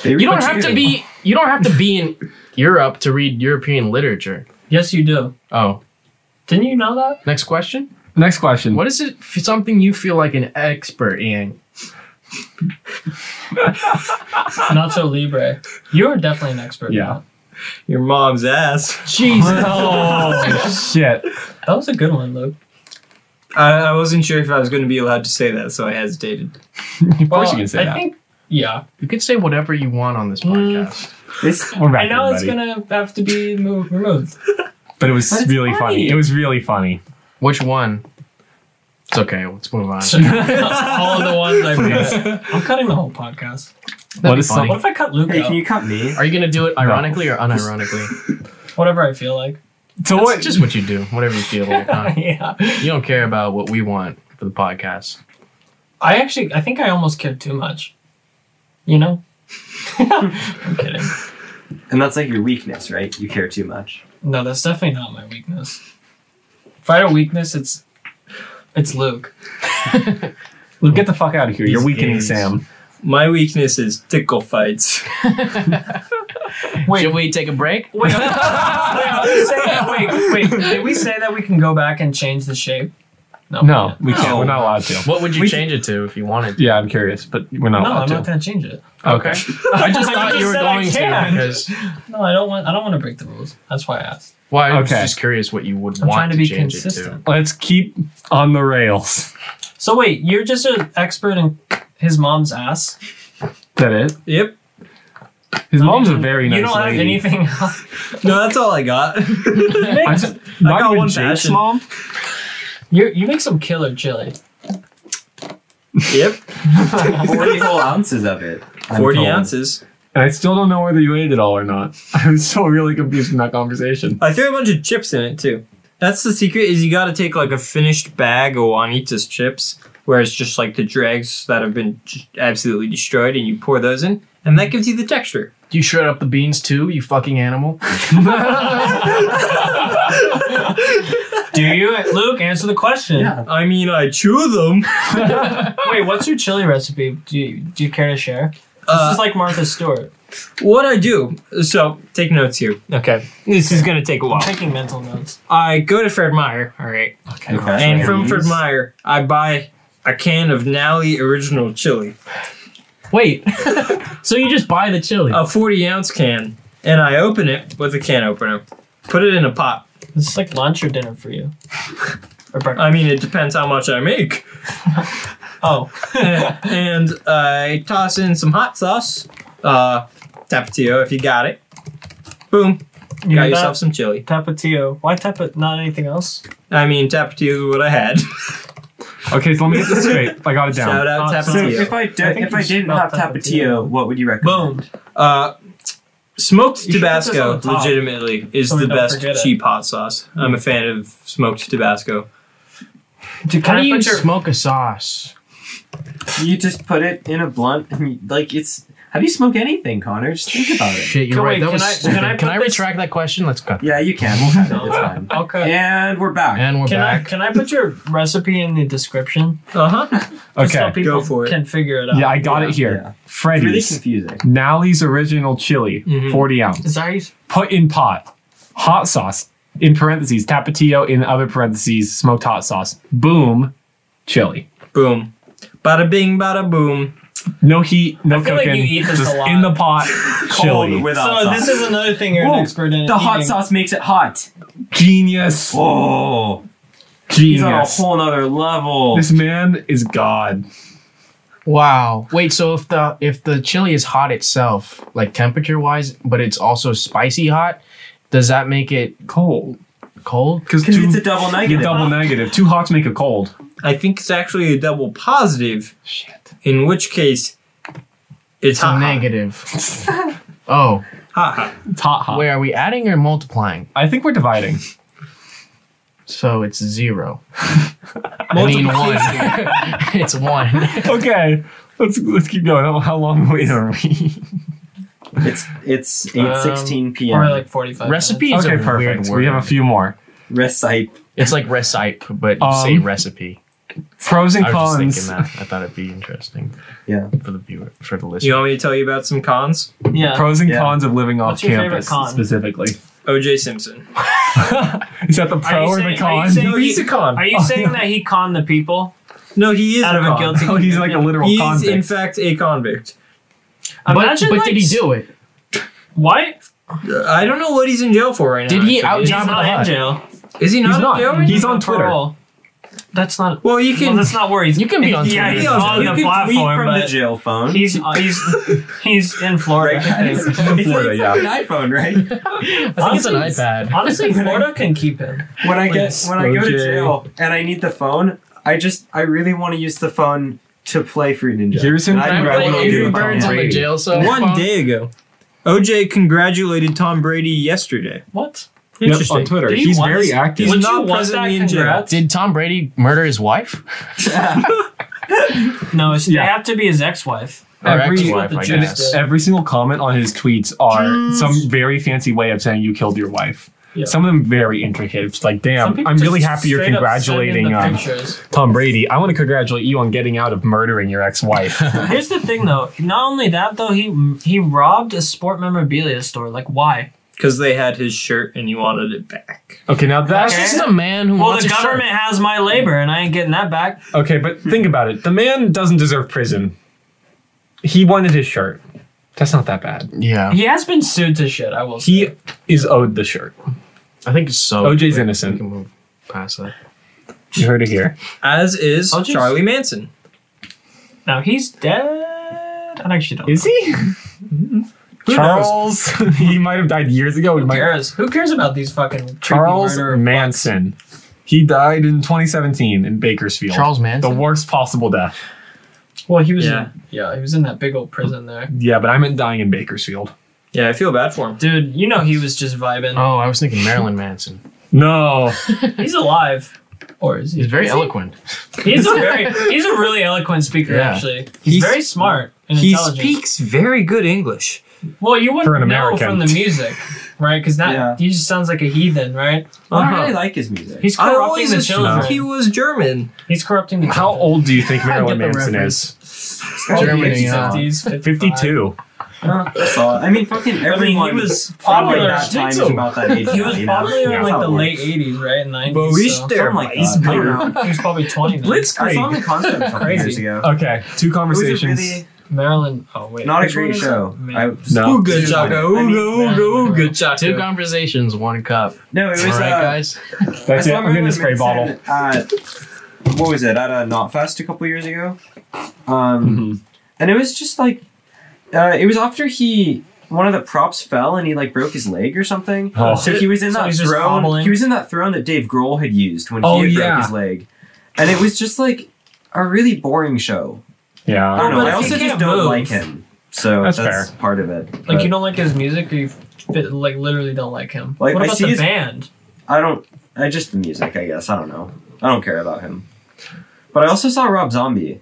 Speaker 3: You don't have to be. You don't have to be in Europe to read European literature.
Speaker 1: Yes, you do.
Speaker 3: Oh,
Speaker 1: Didn't you know that?
Speaker 3: next question.
Speaker 2: Next question.
Speaker 3: What is it? f- Something you feel like an expert in?
Speaker 1: Nacho Libre. You are definitely an expert. in
Speaker 2: Yeah.
Speaker 5: Your mom's ass.
Speaker 3: Jesus.
Speaker 2: Oh shit!
Speaker 1: That. that was a good one, Luke.
Speaker 5: I, I wasn't sure if I was going to be allowed to say that, so I hesitated.
Speaker 2: Of course
Speaker 1: Well,
Speaker 2: you can say
Speaker 1: I
Speaker 2: that.
Speaker 1: think yeah.
Speaker 3: You can say whatever you want on this
Speaker 1: Mm.
Speaker 3: podcast.
Speaker 6: This
Speaker 2: We're back
Speaker 1: And now
Speaker 2: in,
Speaker 1: it's
Speaker 2: buddy.
Speaker 1: gonna have to be mo- removed.
Speaker 2: But it was
Speaker 1: But it's
Speaker 2: really funny.
Speaker 1: funny.
Speaker 2: It was really funny.
Speaker 3: Which one? It's okay. Let's move on.
Speaker 1: All of the ones I
Speaker 2: Please.
Speaker 1: missed. I'm cutting the whole podcast.
Speaker 2: What
Speaker 3: be
Speaker 2: is
Speaker 3: funny.
Speaker 1: What if I cut Luke
Speaker 6: Hey,
Speaker 1: out?
Speaker 6: can you cut me?
Speaker 3: Are you gonna do it ironically or unironically?
Speaker 1: Whatever I feel like.
Speaker 2: So
Speaker 3: That's
Speaker 2: what?
Speaker 3: just what you do. Whatever you feel like. huh?
Speaker 1: yeah.
Speaker 3: You don't care about what we want for the podcast.
Speaker 1: I actually, I think I almost cared too much. You know? I'm kidding.
Speaker 6: And that's like your weakness, right? You care too much.
Speaker 1: No, that's definitely not my weakness. If I had a weakness, it's it's Luke.
Speaker 2: Luke, get the fuck out of here. You're
Speaker 6: These
Speaker 2: weakening
Speaker 6: games.
Speaker 2: Sam.
Speaker 5: My weakness is tickle fights.
Speaker 1: Wait.
Speaker 3: Should we take a break?
Speaker 1: Wait, wait, wait, wait, did we say that we can go back and change the shape?
Speaker 2: No, we can't.
Speaker 5: No.
Speaker 2: We're not allowed to.
Speaker 3: What would you
Speaker 5: We-
Speaker 3: change it to if you wanted? to?
Speaker 2: Yeah, I'm curious, but we're not
Speaker 1: No,
Speaker 2: allowed
Speaker 1: I'm
Speaker 2: to.
Speaker 1: not gonna change it.
Speaker 2: okay.
Speaker 3: I just
Speaker 1: I
Speaker 3: thought
Speaker 1: just
Speaker 3: you were
Speaker 1: said I
Speaker 3: going to
Speaker 1: can.
Speaker 3: because
Speaker 1: No, I don't want. I don't want to break the rules. That's why I asked.
Speaker 3: well, I was
Speaker 2: Okay.
Speaker 3: just curious what you would
Speaker 1: I'm trying
Speaker 3: want
Speaker 1: to
Speaker 3: to,
Speaker 1: be
Speaker 3: change
Speaker 1: consistent.
Speaker 3: it
Speaker 2: Let's keep on the rails.
Speaker 1: So wait, you're just an expert in his mom's ass.
Speaker 2: That it?
Speaker 5: Yep.
Speaker 2: His
Speaker 1: I
Speaker 2: mom's
Speaker 1: mean,
Speaker 2: a very nice
Speaker 1: You don't
Speaker 2: lady.
Speaker 1: have anything else.
Speaker 5: No, that's all I got.
Speaker 2: I just,
Speaker 5: I
Speaker 2: not
Speaker 5: got
Speaker 2: even
Speaker 5: one
Speaker 2: Jake's
Speaker 5: fashion.
Speaker 2: mom.
Speaker 1: You you make some killer chili.
Speaker 5: yep.
Speaker 6: 40 whole ounces of it. I'm
Speaker 5: 40
Speaker 6: told.
Speaker 5: ounces.
Speaker 2: And I still don't know whether you ate it all or not. I'm still really confused from that conversation.
Speaker 5: I threw a bunch of chips in it, too. That's the secret is you got to take like a finished bag of Juanita's chips, where it's just like the dregs that have been j- absolutely destroyed, and you pour those in, and that gives you the texture.
Speaker 3: to. You shred up the beans too, you fucking animal.
Speaker 1: Do you, Luke? Answer the question.
Speaker 6: Yeah.
Speaker 5: I mean, I chew them.
Speaker 1: Wait, what's your chili recipe? Do you, do you care to share? this
Speaker 5: Uh,
Speaker 1: is like Martha Stewart.
Speaker 5: what I do. So take notes here. Okay. This is gonna take a
Speaker 1: I'm
Speaker 5: while.
Speaker 1: taking mental notes.
Speaker 5: I go to Fred Meyer. All right.
Speaker 6: Okay.
Speaker 5: And from
Speaker 6: Please.
Speaker 5: Fred Meyer, I buy a can of Nally Original Chili,
Speaker 3: Wait. so you just buy the chili.
Speaker 5: a 40 ounce can, and I open it with a can opener. Put it in a pot.
Speaker 1: This is like lunch or dinner for you, or breakfast.
Speaker 5: I mean, it depends how much I make.
Speaker 1: Oh,
Speaker 5: and I toss in some hot sauce, uh, tapatio if you got it. Boom,
Speaker 1: you
Speaker 5: got
Speaker 1: got
Speaker 5: yourself some chili.
Speaker 1: tapatio. Why tapa? Not anything else.
Speaker 5: I mean, tapatio is what I had.
Speaker 2: Okay, so let me get this straight. I got it
Speaker 5: Shout
Speaker 2: down.
Speaker 5: out
Speaker 1: Hot sauce.
Speaker 6: So
Speaker 5: tapatio.
Speaker 6: if I, did,
Speaker 1: I think
Speaker 6: if I
Speaker 1: you should
Speaker 6: didn't have
Speaker 1: not
Speaker 6: tapatio,
Speaker 1: tapatio.
Speaker 6: what would you recommend?
Speaker 1: Boom.
Speaker 5: Uh, smoked
Speaker 1: You should put this
Speaker 5: Tabasco,
Speaker 1: on the top.
Speaker 5: legitimately, is
Speaker 1: So we
Speaker 5: the
Speaker 1: don't
Speaker 5: best
Speaker 1: forget it.
Speaker 5: cheap hot sauce. I'm a fan of smoked Tabasco.
Speaker 1: Do,
Speaker 3: How
Speaker 1: can I
Speaker 3: do you
Speaker 1: put your?
Speaker 3: smoke a sauce?
Speaker 6: You just put it in a blunt and you, like it's How do you smoke anything, Connor? Just think about it.
Speaker 3: Shit, you're
Speaker 1: Can-
Speaker 3: right.
Speaker 1: wait,
Speaker 3: that
Speaker 1: can
Speaker 3: was
Speaker 1: I-
Speaker 3: stupid.
Speaker 1: can
Speaker 3: Can
Speaker 1: I
Speaker 3: I,
Speaker 1: put this-
Speaker 3: retract that question? Let's cut.
Speaker 6: Yeah, you can. We'll have it. It's fine.
Speaker 1: Okay.
Speaker 6: And we're back.
Speaker 3: And we're
Speaker 1: Can I
Speaker 3: back.
Speaker 1: can I put your recipe in the description?
Speaker 5: Uh
Speaker 1: Uh-huh.
Speaker 5: huh.
Speaker 1: Just so
Speaker 2: Okay.
Speaker 1: people
Speaker 5: go for it.
Speaker 1: Can figure it out.
Speaker 2: Yeah, I got it here.
Speaker 6: yeah. It's really
Speaker 2: Freddy's
Speaker 6: confusing.
Speaker 2: Nally's original chili,
Speaker 1: Mm-hmm.
Speaker 5: Mhm.
Speaker 2: 40 ounce.
Speaker 1: Is that how you s-
Speaker 2: Put in pot. Hot sauce in parentheses. Tapatio in other parentheses. Smoked hot sauce. Boom. Chili.
Speaker 5: Boom. Bada bing, bada boom.
Speaker 2: No heat, no
Speaker 1: I feel like
Speaker 2: cooking.
Speaker 1: you eat this
Speaker 2: just
Speaker 1: a lot.
Speaker 2: in the pot.
Speaker 6: Cold
Speaker 2: chili.
Speaker 6: with hot
Speaker 1: So
Speaker 6: sauce.
Speaker 1: this is another thing you're
Speaker 6: Whoa,
Speaker 1: an expert in.
Speaker 6: the hot
Speaker 1: eating.
Speaker 6: sauce makes it hot.
Speaker 2: Genius.
Speaker 6: Whoa. He's on a
Speaker 2: Genius.
Speaker 6: whole nother level.
Speaker 2: This man is God.
Speaker 3: Wow. Wait. So if the if the chili is hot itself, like temperature wise, but it's also spicy hot, does that make it
Speaker 2: Cold.
Speaker 3: cold?
Speaker 2: Because
Speaker 6: Because it's a double negative.
Speaker 2: double negative. Two hots make a cold.
Speaker 5: I think it's actually a double positive,
Speaker 2: Shit.
Speaker 5: in which case it's
Speaker 3: It's a
Speaker 5: hot.
Speaker 3: negative. oh,
Speaker 5: Ha ha.
Speaker 2: It's hot hot.
Speaker 3: wait. Are we adding or multiplying?
Speaker 2: I think we're dividing.
Speaker 3: So it's zero. I mean one. it's one.
Speaker 2: okay. Let's let's keep going. How- How long away are we?
Speaker 6: It's it's eight sixteen p.m.
Speaker 1: Um, Or like 45
Speaker 3: Recipe is
Speaker 2: okay,
Speaker 3: a weird
Speaker 2: perfect.
Speaker 3: word.
Speaker 2: We have a few more.
Speaker 6: Recite.
Speaker 3: It's like recipe, but you say
Speaker 2: Um,
Speaker 3: recipe.
Speaker 2: Pros and
Speaker 3: I was just
Speaker 2: cons.
Speaker 3: thinking that. I thought it'd be interesting.
Speaker 6: Yeah.
Speaker 3: For the viewer, for the listener.
Speaker 5: You want me to tell you about some cons?
Speaker 1: minutes. Yeah.
Speaker 2: Pros and
Speaker 6: Yeah.
Speaker 2: cons of living off
Speaker 1: What's your favorite
Speaker 2: campus
Speaker 1: con?
Speaker 2: specifically.
Speaker 5: OJ Simpson.
Speaker 2: is that the pro
Speaker 1: saying-
Speaker 2: or the
Speaker 1: are you
Speaker 2: con?
Speaker 1: saying-
Speaker 5: No, he's a con.
Speaker 1: Are you saying that he conned the people
Speaker 5: no, he is
Speaker 1: out
Speaker 5: a
Speaker 1: of a
Speaker 5: con.
Speaker 1: guilty?
Speaker 2: Oh, he's like a
Speaker 1: conviction?
Speaker 2: literal
Speaker 5: He's
Speaker 2: convict.
Speaker 5: in fact a convict.
Speaker 3: but
Speaker 1: Imagine,
Speaker 3: but
Speaker 1: like,
Speaker 3: did he do it?
Speaker 1: What?
Speaker 5: Uh, I don't know what he's in jail for right
Speaker 3: Did
Speaker 5: now.
Speaker 3: he
Speaker 5: actually.
Speaker 3: out-
Speaker 1: He's
Speaker 3: Jabba the
Speaker 1: not in
Speaker 3: Hutt.
Speaker 1: jail.
Speaker 5: Is he not
Speaker 2: He's
Speaker 5: in
Speaker 2: not.
Speaker 5: jail? right
Speaker 2: He's
Speaker 5: now?
Speaker 2: on Twitter.
Speaker 1: Parole. That's not.
Speaker 5: Well, you
Speaker 1: Well,
Speaker 5: can.
Speaker 1: that's not where he's.
Speaker 3: You can be on
Speaker 1: Yeah,
Speaker 3: Twitter.
Speaker 1: he's
Speaker 5: You
Speaker 1: on the
Speaker 6: can tweet
Speaker 1: platform,
Speaker 6: from the
Speaker 1: but
Speaker 6: jail phone.
Speaker 1: he's uh, he's he's in Florida.
Speaker 6: right, guys?
Speaker 1: I
Speaker 6: It's,
Speaker 1: think.
Speaker 6: it's
Speaker 2: Florida, yeah.
Speaker 6: an iPhone,
Speaker 3: I
Speaker 6: right?
Speaker 3: think it's
Speaker 1: Honestly,
Speaker 3: an iPad.
Speaker 1: Honestly, Florida can keep him.
Speaker 6: When I get
Speaker 5: Please,
Speaker 6: when I go to
Speaker 5: OJ.
Speaker 6: jail and I need the phone, I just I really want to use the phone to play Fruit Ninja.
Speaker 2: Here's him
Speaker 6: And I
Speaker 2: trying to
Speaker 6: really
Speaker 2: play
Speaker 6: wanna
Speaker 2: Angry
Speaker 6: do it.
Speaker 2: Birds
Speaker 3: on the
Speaker 2: Brady.
Speaker 3: jail cell
Speaker 5: One
Speaker 3: phone.
Speaker 5: day ago, OJ congratulated Tom Brady yesterday.
Speaker 1: What?
Speaker 2: Yep, on Twitter.
Speaker 1: Did he
Speaker 2: He's
Speaker 1: want
Speaker 2: very
Speaker 1: this-
Speaker 2: active.
Speaker 5: He's
Speaker 1: Would
Speaker 5: not
Speaker 1: you want that
Speaker 5: presently in jail.
Speaker 1: congrats?
Speaker 3: Did Tom Brady murder his wife?
Speaker 1: No, it's,
Speaker 2: Yeah.
Speaker 1: they have to be his ex-wife.
Speaker 3: Or
Speaker 2: Every-
Speaker 3: ex-wife, I
Speaker 1: What the
Speaker 2: And
Speaker 1: juice
Speaker 3: guess.
Speaker 1: did.
Speaker 2: every single comment on his tweets are some very fancy way of saying you killed your wife.
Speaker 1: Yeah.
Speaker 2: Some of them very intricate. It's like,
Speaker 1: Some
Speaker 2: damn,
Speaker 1: people
Speaker 2: I'm
Speaker 1: just
Speaker 2: really happy you're
Speaker 1: straight up
Speaker 2: congratulating
Speaker 1: send in
Speaker 2: um,
Speaker 1: the pictures.
Speaker 2: Tom Brady. I want to congratulate you on getting out of murdering your ex-wife.
Speaker 1: Here's the thing, though. Not only that, though, he he robbed a sport memorabilia store. Like, why?
Speaker 5: Because they had his shirt and he wanted it back.
Speaker 2: okay, now that's
Speaker 1: Okay.
Speaker 3: This is a man who
Speaker 1: Well,
Speaker 3: wants
Speaker 1: the
Speaker 3: a
Speaker 1: government has my labor, and I ain't getting that back.
Speaker 2: okay, but think about it. The man doesn't deserve prison. He wanted his shirt. That's not that bad.
Speaker 3: Shirt. Yeah,
Speaker 1: He has been sued to shit. I will. Say.
Speaker 2: He is owed the shirt.
Speaker 3: I think it's so.
Speaker 2: OJ's
Speaker 3: Wait,
Speaker 2: innocent.
Speaker 3: We can move past that.
Speaker 2: You heard it here.
Speaker 5: As is
Speaker 1: I'll just-
Speaker 5: Charlie Manson.
Speaker 1: now he's dead. I actually don't.
Speaker 2: Is he?
Speaker 5: Who
Speaker 2: Charles. he might have died years ago. He
Speaker 1: Who
Speaker 2: might-
Speaker 1: cares? Who cares about these fucking creepy
Speaker 2: Charles
Speaker 1: murderer
Speaker 2: Manson. He died in 2017 in Bakersfield.
Speaker 3: Charles Manson.
Speaker 2: The worst possible death.
Speaker 1: Well, he was
Speaker 5: Yeah.
Speaker 1: in, yeah, he was in that big old prison there.
Speaker 2: Yeah, but I meant dying in Bakersfield.
Speaker 5: Yeah, I feel bad for him.
Speaker 1: Dude, you know he was just vibing.
Speaker 3: oh, I was thinking Marilyn Manson.
Speaker 2: No.
Speaker 1: He's alive. Or is he?
Speaker 3: He's very
Speaker 1: Is he?
Speaker 3: eloquent.
Speaker 1: He's a very he's a really eloquent speaker
Speaker 3: Yeah.
Speaker 1: actually. He's,
Speaker 5: He's-
Speaker 1: very smart and
Speaker 5: He
Speaker 1: intelligent.
Speaker 5: speaks very good English.
Speaker 1: well, you wouldn't
Speaker 2: For an
Speaker 1: know
Speaker 2: American.
Speaker 1: from the music, right? Cuz that
Speaker 6: Yeah.
Speaker 1: he just sounds like a heathen, right?
Speaker 6: I
Speaker 5: Uh-huh.
Speaker 6: really like his music.
Speaker 1: He's
Speaker 5: I
Speaker 1: corrupting
Speaker 5: always
Speaker 1: the
Speaker 5: assumed
Speaker 1: children.
Speaker 5: he was German.
Speaker 1: He's corrupting the
Speaker 2: How
Speaker 1: children.
Speaker 2: old do you think Marilyn
Speaker 3: I get the
Speaker 2: Manson
Speaker 3: reference.
Speaker 2: is?
Speaker 1: Oh,
Speaker 3: Germany, uh, yeah.
Speaker 1: 50s, 55.
Speaker 2: 52.
Speaker 6: So, I mean, fucking everyone.
Speaker 1: he was
Speaker 6: from like
Speaker 1: popular.
Speaker 6: that time is
Speaker 1: So-
Speaker 6: about that age.
Speaker 1: He
Speaker 6: now,
Speaker 1: was
Speaker 6: you know?
Speaker 1: probably
Speaker 6: Yeah.
Speaker 1: in like
Speaker 6: That's
Speaker 1: the
Speaker 6: how it
Speaker 1: late
Speaker 6: works.
Speaker 1: 80s, right? 90s. so.
Speaker 6: Something like
Speaker 5: He's
Speaker 6: that. I don't know.
Speaker 1: He was probably 20 then.
Speaker 6: I saw him in concert a couple
Speaker 1: Crazy.
Speaker 6: years ago.
Speaker 2: Okay, two
Speaker 6: It was a
Speaker 2: conversations.
Speaker 6: really
Speaker 1: Marilyn. Oh wait.
Speaker 6: not a
Speaker 1: which one
Speaker 6: great
Speaker 1: is it?
Speaker 6: show. I
Speaker 1: Man.
Speaker 6: was-
Speaker 2: No.
Speaker 5: Ooga chaka,
Speaker 6: I mean,
Speaker 5: ooga, ooga, ooga
Speaker 3: Two
Speaker 5: chaka.
Speaker 3: conversations, one cup.
Speaker 6: No, it
Speaker 3: All
Speaker 6: was
Speaker 3: right,
Speaker 6: uh,
Speaker 3: guys.
Speaker 2: That's
Speaker 6: I
Speaker 2: it. I'm
Speaker 6: saw
Speaker 2: in the
Speaker 6: Marilyn
Speaker 2: spray bottle.
Speaker 6: Manson At, uh, what was it at a Knot Fest a couple years ago? Um, and it was just like uh, it was after he one of the props fell and he like broke his leg or something.
Speaker 2: Oh.
Speaker 6: So he was in
Speaker 1: So
Speaker 6: that
Speaker 1: he's just
Speaker 6: throne.
Speaker 1: hobbling.
Speaker 6: He was in that throne that Dave Grohl had used when
Speaker 2: Oh,
Speaker 6: he had
Speaker 2: yeah.
Speaker 6: broke his leg, and it was just like a really boring show. I
Speaker 2: Yeah.
Speaker 6: don't know.
Speaker 1: but
Speaker 6: I
Speaker 1: if
Speaker 6: also
Speaker 1: he
Speaker 6: just
Speaker 1: can't
Speaker 6: don't
Speaker 1: move-
Speaker 6: like him, so
Speaker 2: That's
Speaker 6: that's, part of it.
Speaker 1: Like
Speaker 6: But
Speaker 1: you don't like his music, or you fit, like literally don't like him.
Speaker 6: Like,
Speaker 1: what
Speaker 6: I
Speaker 1: about
Speaker 6: see
Speaker 1: the
Speaker 6: his-
Speaker 1: band?
Speaker 6: I don't. I just the music. I guess I don't know. I don't care about him. But I also saw Rob Zombie.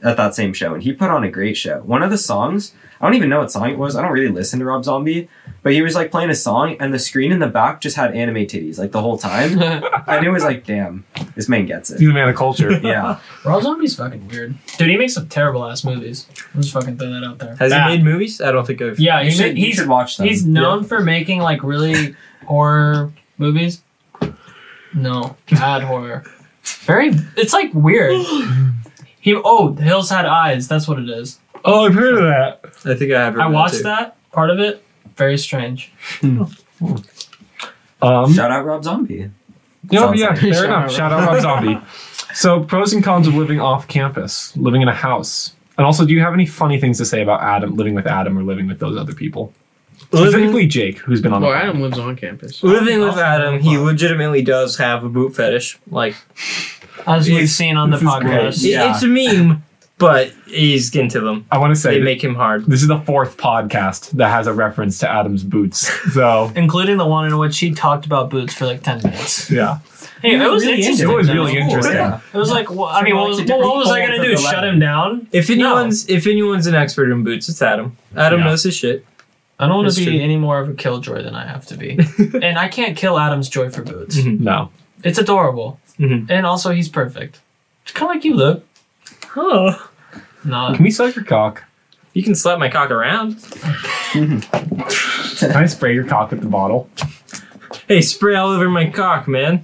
Speaker 6: at that same show, and he put on a great show. One of the songs, I don't even know what song it was. I don't really listen to Rob Zombie, but he was like playing a song, and the screen in the back just had anime titties like the whole time, and it was like, damn, this man gets
Speaker 2: He's
Speaker 6: it.
Speaker 2: a man of culture.
Speaker 6: Yeah,
Speaker 1: Rob Zombie's fucking weird. Dude, he makes some terrible ass movies. I'm just fucking throwing that out there.
Speaker 5: Has
Speaker 1: Bad.
Speaker 5: he made movies? I don't think I've.
Speaker 1: Yeah,
Speaker 6: you
Speaker 1: he
Speaker 6: should,
Speaker 1: made,
Speaker 6: you
Speaker 1: he's
Speaker 6: should watch them.
Speaker 1: he's known for making like really horror movies. No, bad horror. Very. It's like weird. He oh, the Hills Had Eyes. That's what it is.
Speaker 2: oh, I've heard of that.
Speaker 5: I think I have.
Speaker 1: I watched that part of it. Very strange.
Speaker 2: Um,
Speaker 6: Shout out Rob Zombie.
Speaker 2: Yeah,
Speaker 6: Sounds
Speaker 2: yeah,
Speaker 6: like-
Speaker 2: fair
Speaker 3: Shout
Speaker 2: enough.
Speaker 3: out
Speaker 2: Shout out Rob Zombie. So, pros and cons of living off campus, living in a house, and also, do you have any funny things to say about Adam living with Adam or living with those other people? Specifically, Jake, who's been on.
Speaker 3: Well,
Speaker 2: the
Speaker 3: Adam lives on campus.
Speaker 5: Living with Adam, he legitimately does have a boot fetish. Like
Speaker 1: As we've
Speaker 5: It's-
Speaker 1: seen on the
Speaker 2: this is
Speaker 1: podcast.
Speaker 2: great.
Speaker 5: it- it's a meme, but he's into them.
Speaker 2: I want to say
Speaker 5: They
Speaker 2: that
Speaker 5: make him hard.
Speaker 2: this is the fourth podcast that has a reference to Adam's boots. So,
Speaker 1: Including the one in which he talked about boots for like ten minutes.
Speaker 2: yeah,
Speaker 1: Hey, it was
Speaker 6: really into
Speaker 1: interesting.
Speaker 2: it was
Speaker 1: though.
Speaker 2: really interesting.
Speaker 6: Yeah.
Speaker 1: It was like, well, I
Speaker 6: From,
Speaker 1: mean,
Speaker 6: like,
Speaker 1: what was,
Speaker 6: the
Speaker 1: what, what was I
Speaker 6: different
Speaker 1: gonna do?
Speaker 6: folds of the
Speaker 1: Shut
Speaker 6: leather.
Speaker 1: him down?
Speaker 5: If anyone's if anyone's an expert in boots, it's Adam. Adam
Speaker 2: Yeah.
Speaker 5: knows his shit.
Speaker 1: I don't want
Speaker 5: It's
Speaker 1: to be
Speaker 5: true.
Speaker 1: any more of a killjoy than I have to be,
Speaker 5: Mm-hmm.
Speaker 1: and I can't kill Adam's joy for boots.
Speaker 5: Mhm.
Speaker 2: No,
Speaker 1: It's adorable,
Speaker 5: Mhm.
Speaker 1: and also he's perfect. It's kind of like you, Luke.
Speaker 5: Huh.
Speaker 1: No,
Speaker 2: can we suck your cock?
Speaker 5: You can slap my cock around.
Speaker 2: Can I spray your cock with the bottle?
Speaker 5: Hey, spray all over my cock, man.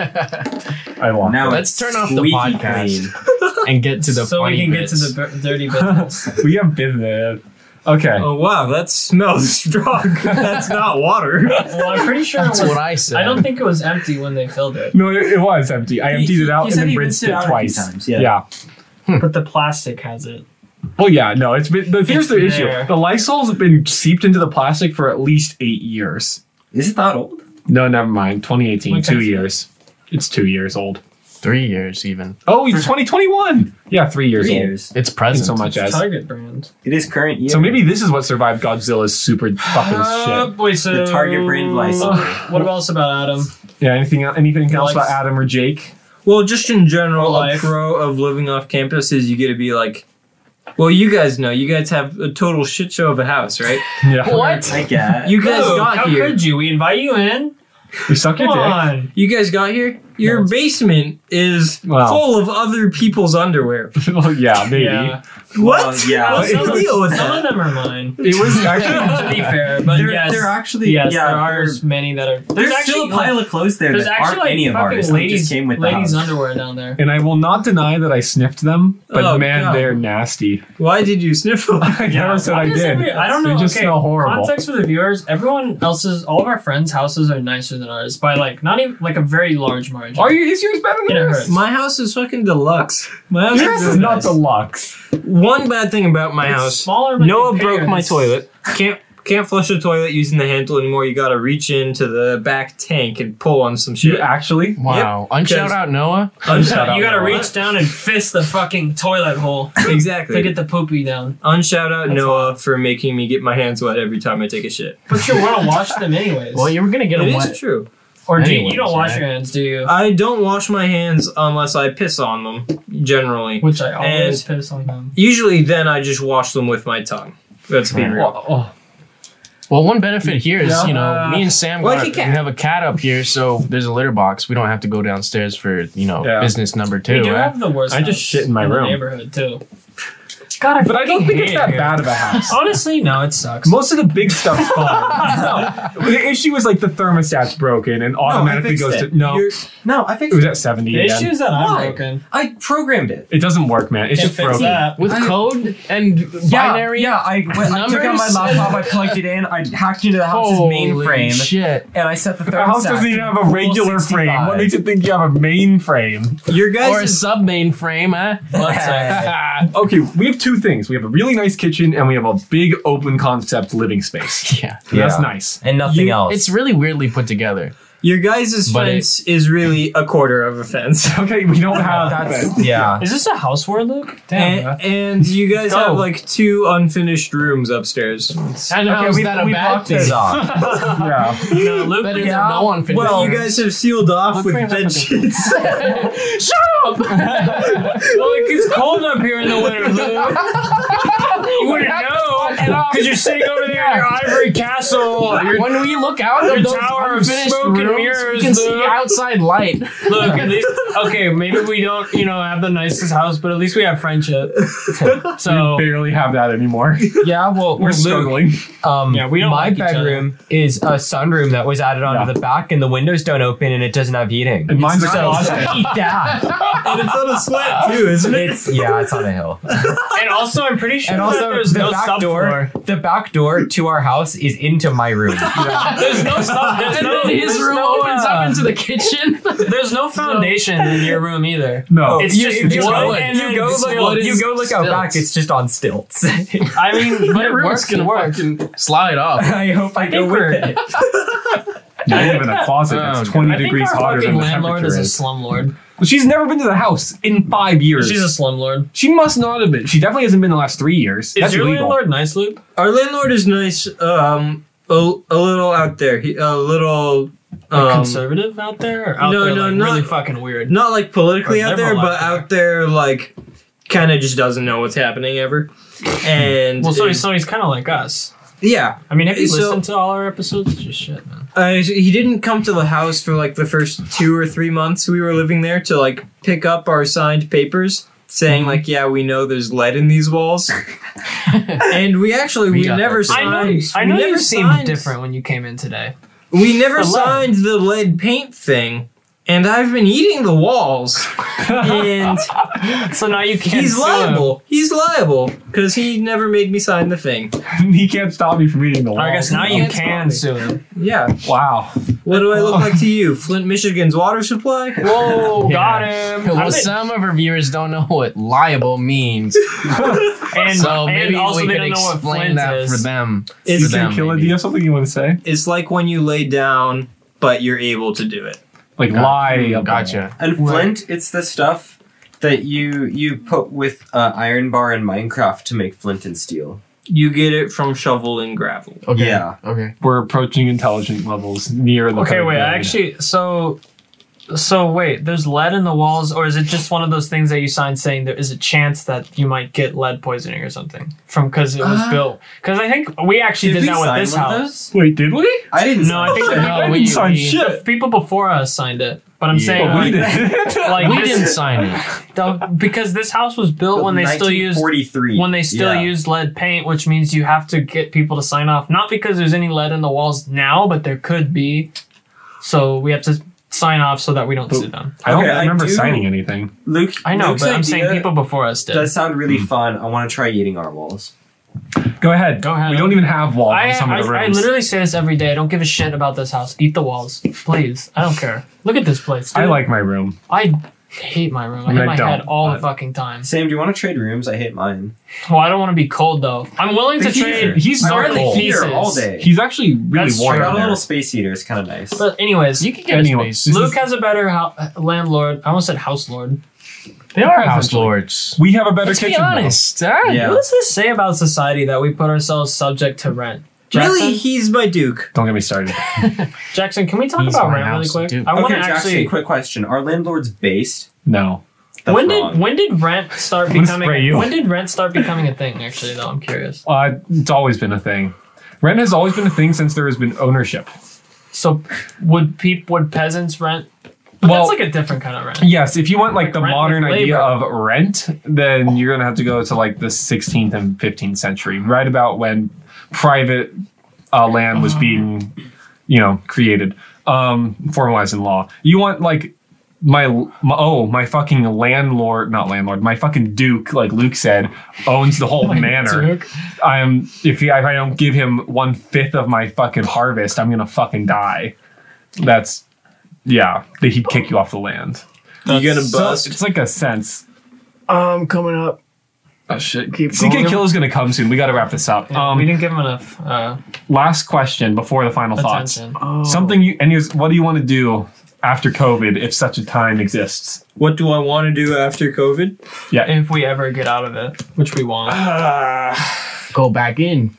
Speaker 2: I want.
Speaker 6: Now
Speaker 2: that.
Speaker 3: Let's turn off the
Speaker 6: Squeaky
Speaker 3: podcast and get to the
Speaker 1: so
Speaker 3: funny
Speaker 1: we can
Speaker 3: bits.
Speaker 1: get to the b- dirty business.
Speaker 2: we have been there. Okay.
Speaker 5: Oh wow, that smells strong. That's not water.
Speaker 1: well, I'm pretty sure it
Speaker 3: That's
Speaker 1: was.
Speaker 3: what
Speaker 1: I,
Speaker 3: I said.
Speaker 1: don't think it was empty when they filled it,
Speaker 2: No, it, it was empty. I emptied it out
Speaker 6: he
Speaker 2: and
Speaker 6: said
Speaker 2: then
Speaker 6: he
Speaker 2: rinsed
Speaker 6: rinsed
Speaker 2: it
Speaker 6: it out a few
Speaker 2: twice.
Speaker 6: times, yeah.
Speaker 2: yeah.
Speaker 1: but the plastic has it.
Speaker 2: Well, yeah, no, it's been. The, here's
Speaker 1: It's
Speaker 2: the issue:
Speaker 1: there.
Speaker 2: the Lysol's been seeped into the plastic for at least eight years.
Speaker 6: Is it that old?
Speaker 2: No, never mind. 2018,
Speaker 1: Okay.
Speaker 2: two years. It's two years old.
Speaker 3: Three years even.
Speaker 2: Oh, it's 2021. Yeah, three years
Speaker 6: Three
Speaker 2: old.
Speaker 6: years.
Speaker 3: It's
Speaker 2: Thanks
Speaker 3: present.
Speaker 2: so much,
Speaker 1: It's
Speaker 2: as.
Speaker 1: Target brand.
Speaker 6: It is current year.
Speaker 2: So maybe this is what survived Godzilla's super fucking
Speaker 1: Uh,
Speaker 2: shit.
Speaker 1: wait, so
Speaker 6: the Target brand Lysol.
Speaker 1: What else about Adam?
Speaker 2: Yeah. Anything? Anything else
Speaker 1: Likes-
Speaker 2: about Adam or Jake?
Speaker 5: Well, just in general,
Speaker 1: Or
Speaker 5: a
Speaker 1: life.
Speaker 5: pro of living off campus is you get to be like, well, you guys know, you guys have a total shit show of a house, right?
Speaker 2: Yeah.
Speaker 3: What?
Speaker 6: I guess.
Speaker 5: You guys
Speaker 1: Luke,
Speaker 5: got
Speaker 1: how
Speaker 5: here.
Speaker 1: could you? We invite you in.
Speaker 2: We suck your
Speaker 1: Come
Speaker 2: dick.
Speaker 1: on.
Speaker 5: You guys got here. Your basement is
Speaker 2: Wow.
Speaker 5: full of other people's underwear.
Speaker 2: well, yeah, maybe.
Speaker 1: Yeah.
Speaker 5: What?
Speaker 6: yeah.
Speaker 5: What's
Speaker 1: Some
Speaker 5: the
Speaker 1: of-
Speaker 5: deal with
Speaker 1: Some
Speaker 5: that?
Speaker 1: of them are mine.
Speaker 2: It was
Speaker 1: to be
Speaker 2: actually.
Speaker 1: fair, but
Speaker 6: there,
Speaker 1: yes,
Speaker 6: there are actually
Speaker 1: yes,
Speaker 6: yeah,
Speaker 1: there are
Speaker 6: there-
Speaker 1: many that are.
Speaker 6: There's, still a
Speaker 1: like-
Speaker 6: pile of clothes there
Speaker 1: There's
Speaker 6: that
Speaker 1: actually
Speaker 6: aren't
Speaker 1: like
Speaker 6: any of
Speaker 1: fucking
Speaker 6: ours. They
Speaker 1: ladies,
Speaker 6: just came with the
Speaker 1: ladies
Speaker 6: house.
Speaker 1: underwear down there.
Speaker 2: And I will not deny that I sniffed them, but
Speaker 5: Oh,
Speaker 2: man,
Speaker 5: God.
Speaker 2: they're nasty.
Speaker 5: Why did you sniffle?
Speaker 2: I never said
Speaker 1: why
Speaker 2: I
Speaker 1: does
Speaker 2: did.
Speaker 1: every- I don't know.
Speaker 2: They just
Speaker 1: okay,
Speaker 2: smell horrible.
Speaker 1: Context for the viewers: everyone else's, all of our friends' houses are nicer than ours by like not even like a very large margin.
Speaker 2: Are you? Is yours better than
Speaker 1: It
Speaker 2: yours?
Speaker 1: hurts.
Speaker 5: My house is fucking deluxe. My house
Speaker 2: Yours is
Speaker 5: really
Speaker 2: not
Speaker 5: nice.
Speaker 2: deluxe.
Speaker 5: One bad thing about my
Speaker 1: It's
Speaker 5: house.
Speaker 1: Smaller. but
Speaker 5: Noah
Speaker 1: it
Speaker 5: broke my
Speaker 1: pairs.
Speaker 5: toilet. Can't can't flush the toilet using the handle anymore. You gotta reach into the back tank and pull on some
Speaker 2: You
Speaker 5: shit.
Speaker 2: actually?
Speaker 3: Wow. Unshout
Speaker 5: Because-
Speaker 3: out Noah.
Speaker 5: Unshout out
Speaker 1: you gotta
Speaker 5: Noah.
Speaker 1: reach down and fist the fucking toilet hole to
Speaker 5: Exactly.
Speaker 1: get the poopy down.
Speaker 5: Unshout out
Speaker 1: That's
Speaker 5: Noah for making me get my hands wet every time I take a shit.
Speaker 1: But you're gonna wash them anyways.
Speaker 3: Well, you were gonna
Speaker 5: It
Speaker 3: get
Speaker 5: is
Speaker 3: a wet.
Speaker 5: true.
Speaker 1: or do you,
Speaker 3: anyways,
Speaker 1: you don't wash
Speaker 3: right?
Speaker 1: your hands, do
Speaker 2: Uh,
Speaker 1: you?
Speaker 5: I don't wash my hands unless I piss on them. Generally,
Speaker 1: Which I always piss on them.
Speaker 5: usually then I just wash them with my tongue. Let's be real.
Speaker 2: Well, oh,
Speaker 3: Well, one benefit here is you know
Speaker 2: Yeah.
Speaker 3: me and Sam
Speaker 5: Like
Speaker 3: got,
Speaker 5: a
Speaker 3: we
Speaker 5: cat.
Speaker 3: have a cat up here, so there's a litter box. We don't have to go downstairs for you know
Speaker 2: Yeah.
Speaker 3: business number
Speaker 1: We
Speaker 3: two.
Speaker 1: do
Speaker 3: eh?
Speaker 1: have the worst.
Speaker 2: I just
Speaker 1: house
Speaker 2: shit in my
Speaker 1: the
Speaker 2: room.
Speaker 1: neighborhood too. God, I
Speaker 2: But I don't
Speaker 1: fucking
Speaker 2: think
Speaker 1: hate
Speaker 2: it's
Speaker 1: it
Speaker 2: that
Speaker 1: here.
Speaker 2: bad of a house.
Speaker 1: Honestly, no, it sucks.
Speaker 2: Most of the big stuff's fine. no, the issue is like the thermostat's broken and automatically
Speaker 6: fixed
Speaker 2: goes
Speaker 6: it.
Speaker 2: to no.
Speaker 6: You're- no, I
Speaker 2: It
Speaker 6: fixed
Speaker 2: was
Speaker 6: it.
Speaker 2: at seventy
Speaker 1: the
Speaker 2: again.
Speaker 1: issue is that I'm
Speaker 6: Why?
Speaker 1: broken.
Speaker 6: I programmed it.
Speaker 2: It doesn't work, man. It's
Speaker 1: Can't
Speaker 2: just
Speaker 1: fix
Speaker 2: broken.
Speaker 1: that.
Speaker 3: With
Speaker 6: I-
Speaker 3: code and binary.
Speaker 6: Yeah, I, went, I took out my
Speaker 3: Numbers?
Speaker 6: laptop, I plugged it in, I hacked into the house's
Speaker 3: Holy
Speaker 6: mainframe,
Speaker 3: shit!
Speaker 6: and I set the
Speaker 2: The house doesn't even have a regular frame. What makes you think you have a main frame?
Speaker 5: Your
Speaker 3: Or a
Speaker 5: guys,
Speaker 3: sub mainframe, eh?
Speaker 6: Hey.
Speaker 2: Okay, we have two things. We have a really nice kitchen and we have a big open concept living space.
Speaker 3: yeah.
Speaker 2: That's
Speaker 6: Yeah.
Speaker 2: nice.
Speaker 6: and nothing
Speaker 5: You-
Speaker 6: else.
Speaker 3: It's really weirdly put together.
Speaker 5: Your guys'
Speaker 3: But it-
Speaker 5: fence is really a quarter of a fence.
Speaker 2: Okay, we don't have
Speaker 4: That's-
Speaker 2: that.
Speaker 4: yeah.
Speaker 1: Is this a house war, Luke?
Speaker 5: And, and you guys
Speaker 1: Go.
Speaker 5: have like two unfinished rooms upstairs.
Speaker 3: Uh,
Speaker 1: And
Speaker 2: Okay,
Speaker 1: how is
Speaker 2: we-
Speaker 1: that a
Speaker 2: we
Speaker 1: bad
Speaker 2: blocked
Speaker 1: thing?
Speaker 2: this
Speaker 4: off.
Speaker 2: Yeah.
Speaker 1: You know, Luke,
Speaker 3: Better than
Speaker 1: yeah.
Speaker 3: no one finished.
Speaker 5: Well, you guys have sealed off with
Speaker 1: bring it up
Speaker 5: bed
Speaker 1: a
Speaker 5: sheets.
Speaker 3: shut up!
Speaker 1: Look, it's cold up here in the winter, Luke. You wouldn't
Speaker 3: have to
Speaker 1: know
Speaker 3: fuck it up.
Speaker 1: because you're sitting over there in your ivory castle. You're-
Speaker 3: when we look out
Speaker 1: Your
Speaker 3: of those
Speaker 1: tower of
Speaker 3: unfinished
Speaker 1: smoke and
Speaker 3: rooms,
Speaker 1: mirrors,
Speaker 3: we can see
Speaker 1: Luke.
Speaker 3: outside light.
Speaker 1: Look, at least okay. Maybe we don't, you know, have the nicest house, but at least we have friendship. So
Speaker 2: Barely have that anymore.
Speaker 4: Yeah, well,
Speaker 2: We're
Speaker 4: Luke,
Speaker 2: struggling.
Speaker 4: Um,
Speaker 1: Yeah, we don't
Speaker 4: my
Speaker 1: like each other.
Speaker 4: bedroom is a sunroom that was added onto
Speaker 2: Yeah.
Speaker 4: the back, and the windows don't open, and it doesn't have heating.
Speaker 2: And mine's a
Speaker 4: So
Speaker 2: closet.
Speaker 4: eat that.
Speaker 5: and it's on a slant too, isn't it?
Speaker 4: It's yeah, it's on a hill.
Speaker 1: and also, I'm pretty sure
Speaker 4: And
Speaker 1: that
Speaker 4: also,
Speaker 1: there's
Speaker 4: the
Speaker 1: no
Speaker 4: back door,
Speaker 1: subfloor.
Speaker 4: the back door to our house is into my room.
Speaker 1: There's no sub. There's
Speaker 3: And
Speaker 1: no.
Speaker 3: then his
Speaker 1: there's
Speaker 3: room
Speaker 1: no,
Speaker 3: opens
Speaker 1: uh,
Speaker 3: up into the kitchen.
Speaker 1: There's no foundation in your room either.
Speaker 2: No.
Speaker 1: It's
Speaker 4: You-
Speaker 1: just
Speaker 4: you go-
Speaker 1: wood and
Speaker 4: you
Speaker 1: then
Speaker 4: go look,
Speaker 1: stilts.
Speaker 4: you go look out
Speaker 3: Stilts.
Speaker 4: back. It's just on stilts.
Speaker 1: I mean, but it
Speaker 3: Your room's
Speaker 1: works. It
Speaker 3: gonna
Speaker 1: works.
Speaker 3: fucking slide off.
Speaker 4: I hope I,
Speaker 1: think
Speaker 4: go
Speaker 1: we're-
Speaker 4: with it.
Speaker 2: I live in a closet
Speaker 3: Oh,
Speaker 2: that's
Speaker 3: God.
Speaker 2: 20
Speaker 1: I think
Speaker 2: degrees
Speaker 1: our
Speaker 2: hotter than
Speaker 1: fucking
Speaker 2: the
Speaker 1: landlord
Speaker 2: temperature
Speaker 1: is a
Speaker 2: is.
Speaker 1: slumlord.
Speaker 2: She's never been to the house in five years.
Speaker 1: She's a slumlord.
Speaker 2: she must not have been. She definitely hasn't been the last three years.
Speaker 1: Is
Speaker 2: that's
Speaker 1: your
Speaker 2: illegal.
Speaker 1: landlord nice, Luke?
Speaker 5: Our landlord is nice. Um, a, a little out there. He, a little.
Speaker 1: Like
Speaker 5: Um,
Speaker 1: conservative out there, or out
Speaker 5: no,
Speaker 1: there
Speaker 5: no,
Speaker 1: like
Speaker 5: not-
Speaker 1: really fucking weird.
Speaker 5: not like politically
Speaker 1: Or
Speaker 5: out there,
Speaker 1: liberal
Speaker 5: but
Speaker 1: out
Speaker 5: out there like kind of just doesn't know what's happening ever. And
Speaker 1: Well, so he's so he's kind of like us.
Speaker 5: yeah,
Speaker 1: I mean, if you
Speaker 5: So-
Speaker 1: listen to all our episodes, it's just shit, man.
Speaker 5: uh, he didn't come to the house for like the first two or three months we were living there to like pick up our signed papers saying
Speaker 1: Mm-hmm.
Speaker 5: like yeah we know there's lead in these walls, and we actually
Speaker 3: We
Speaker 5: we,
Speaker 3: got
Speaker 5: never
Speaker 3: that.
Speaker 5: signed.
Speaker 1: I
Speaker 5: we
Speaker 1: know
Speaker 5: never
Speaker 1: you seemed
Speaker 5: signed-
Speaker 1: different when you came in today.
Speaker 5: We never
Speaker 1: The lead.
Speaker 5: signed the lead paint thing, and I've been eating the walls, and.
Speaker 1: So now you can't.
Speaker 5: He's
Speaker 1: sue him.
Speaker 5: liable. He's liable because he never made me sign the thing.
Speaker 2: he can't stop me from eating the wall.
Speaker 1: I guess now you
Speaker 5: Can't
Speaker 1: can sue
Speaker 5: sue
Speaker 1: him.
Speaker 5: Yeah.
Speaker 2: Wow.
Speaker 5: What do I look like to you? Flint, Michigan's water supply?
Speaker 1: Whoa, got him.
Speaker 3: Well,
Speaker 1: I bet-
Speaker 3: some of our viewers don't know what liable means,
Speaker 1: and,
Speaker 3: so maybe
Speaker 1: and also
Speaker 3: we
Speaker 1: they
Speaker 3: could
Speaker 1: don't know what
Speaker 3: explain
Speaker 1: Flint
Speaker 3: that
Speaker 1: is.
Speaker 3: for them.
Speaker 2: You
Speaker 5: It's,
Speaker 3: them,
Speaker 2: can kill it. Do
Speaker 3: maybe.
Speaker 2: you have something you want to say?
Speaker 5: it's like when you lay down, but you're able to do it.
Speaker 2: Like
Speaker 3: Got-
Speaker 2: lie. about
Speaker 3: Gotcha.
Speaker 6: And flint, it's the stuff that you you put with uh, iron bar in Minecraft to make flint and steel.
Speaker 5: You get it from shovel and gravel.
Speaker 3: Okay.
Speaker 6: Yeah.
Speaker 2: it.
Speaker 3: Okay.
Speaker 2: We're approaching intelligent levels near the.
Speaker 1: Okay,
Speaker 2: third
Speaker 1: wait.
Speaker 2: grade.
Speaker 1: I actually, so, so wait. There's lead in the walls, or is it just one of those things that you sign saying there is a chance that you might get lead poisoning or something from because it was
Speaker 5: Uh,
Speaker 1: built? Because I think we actually did,
Speaker 6: we
Speaker 1: that with
Speaker 6: sign
Speaker 1: this
Speaker 6: one of
Speaker 1: house.
Speaker 6: those?
Speaker 2: Wait, did we?
Speaker 6: I didn't.
Speaker 1: No, I think the
Speaker 2: Shit.
Speaker 1: people,
Speaker 2: I
Speaker 3: No,
Speaker 2: didn't
Speaker 3: we-
Speaker 2: sign
Speaker 3: we-
Speaker 1: the
Speaker 2: shit.
Speaker 1: people before us signed it, but I'm
Speaker 3: Yeah.
Speaker 1: saying uh,
Speaker 2: But Oh, we
Speaker 1: like,
Speaker 2: did.
Speaker 1: like
Speaker 3: we
Speaker 1: this-
Speaker 3: didn't sign it.
Speaker 1: the- because this house was built when they still used
Speaker 6: 43.
Speaker 1: when they still
Speaker 6: Yeah.
Speaker 1: use lead paint, which means you have to get people to sign off. Not because there's any lead in the walls now, but there could be. So we have to sign off so that we don't sit down.
Speaker 2: I don't
Speaker 6: Okay, I
Speaker 2: remember
Speaker 6: do-
Speaker 2: signing anything.
Speaker 6: Luke.
Speaker 1: I know,
Speaker 6: Luke's
Speaker 1: but I'm
Speaker 6: idea
Speaker 1: saying people before us did.
Speaker 6: Does sound
Speaker 4: Hmm.
Speaker 6: really fun. I want to try eating our walls.
Speaker 2: Go ahead.
Speaker 1: Go ahead.
Speaker 2: We don't even have walls
Speaker 1: I,
Speaker 2: in some
Speaker 1: I,
Speaker 2: of the
Speaker 1: I
Speaker 2: rooms.
Speaker 1: literally say this every day. I don't give a shit about this house. Eat the walls, please. I don't care. Look at this place.
Speaker 2: I
Speaker 1: dude.
Speaker 2: like my room.
Speaker 1: I hate my room. I
Speaker 2: mean,
Speaker 1: hit
Speaker 2: I
Speaker 1: my
Speaker 2: don't,
Speaker 1: head all the
Speaker 2: but-
Speaker 1: fucking time.
Speaker 6: Sam, do you want to trade rooms? I hate mine.
Speaker 1: Well, I don't want to be cold though. I'm willing
Speaker 6: The
Speaker 1: to
Speaker 6: heater.
Speaker 1: trade.
Speaker 2: He's
Speaker 1: I
Speaker 2: not
Speaker 1: really
Speaker 2: cold.
Speaker 1: hate-
Speaker 6: Here
Speaker 1: Pieces.
Speaker 6: all day.
Speaker 2: He's actually really
Speaker 1: That's
Speaker 2: warm.
Speaker 6: I
Speaker 1: true.
Speaker 2: in
Speaker 6: got a
Speaker 2: there.
Speaker 6: little space heater. It's kind of nice.
Speaker 1: But anyways,
Speaker 3: You can get
Speaker 2: Anyway,
Speaker 3: a space.
Speaker 2: this
Speaker 1: Luke
Speaker 2: is-
Speaker 1: has a better hou- landlord. I almost said house lord.
Speaker 3: They are
Speaker 2: house
Speaker 3: house lords.
Speaker 2: We have a better
Speaker 3: Let's be
Speaker 2: kitchen. though.
Speaker 3: honest. huh?
Speaker 6: Yeah.
Speaker 1: What does this say about society that we put ourselves subject to rent? Jackson,
Speaker 5: Really, he's my duke.
Speaker 2: Don't get me started.
Speaker 1: Jackson, can we talk
Speaker 3: He's
Speaker 1: about
Speaker 3: my
Speaker 1: rent really
Speaker 3: house,
Speaker 1: quick?
Speaker 3: dude.
Speaker 1: I want
Speaker 6: okay,
Speaker 1: to
Speaker 6: Jackson,
Speaker 1: actually.
Speaker 6: quick question. Are landlords based?
Speaker 2: No.
Speaker 6: That's
Speaker 1: when
Speaker 6: wrong.
Speaker 1: did when did rent start
Speaker 2: gonna
Speaker 1: becoming?
Speaker 2: spray you.
Speaker 1: When did rent start becoming a thing? Actually, though, I'm curious.
Speaker 2: Uh, it's always been a thing. Rent has always been a thing since there has been ownership.
Speaker 1: So, would peep would peasants rent? But
Speaker 2: Well-
Speaker 1: that's like a different kind of rent.
Speaker 2: Yes, if you want like the
Speaker 1: Rent with
Speaker 2: modern idea
Speaker 1: labor.
Speaker 2: of rent, then you're gonna have to go to like the 16th and 15th century, right about when private uh, land
Speaker 1: Uh-huh.
Speaker 2: was being, you know, created, um, formalized in law. You want like my, my oh my fucking landlord, not landlord, my fucking duke, like Luke said, owns the whole manor.
Speaker 1: Duke.
Speaker 2: I'm if, he, if I don't give him one fifth of my fucking harvest, I'm gonna fucking die. That's yeah. that He'd kick you off the land.
Speaker 5: you gonna
Speaker 2: So, it's like a sense.
Speaker 1: Um, coming up.
Speaker 2: Oh shit! CK Kill is gonna come soon. We gotta wrap this up.
Speaker 1: Yeah,
Speaker 2: um,
Speaker 1: we didn't give him enough uh,
Speaker 2: last question before the final thoughts.
Speaker 1: attention.
Speaker 2: Something you and you- what do you want to do after COVID if such a time exists?
Speaker 5: What do I want to do after COVID?
Speaker 1: If we ever get out of it, which we won't.
Speaker 5: Ah,
Speaker 3: Go back in.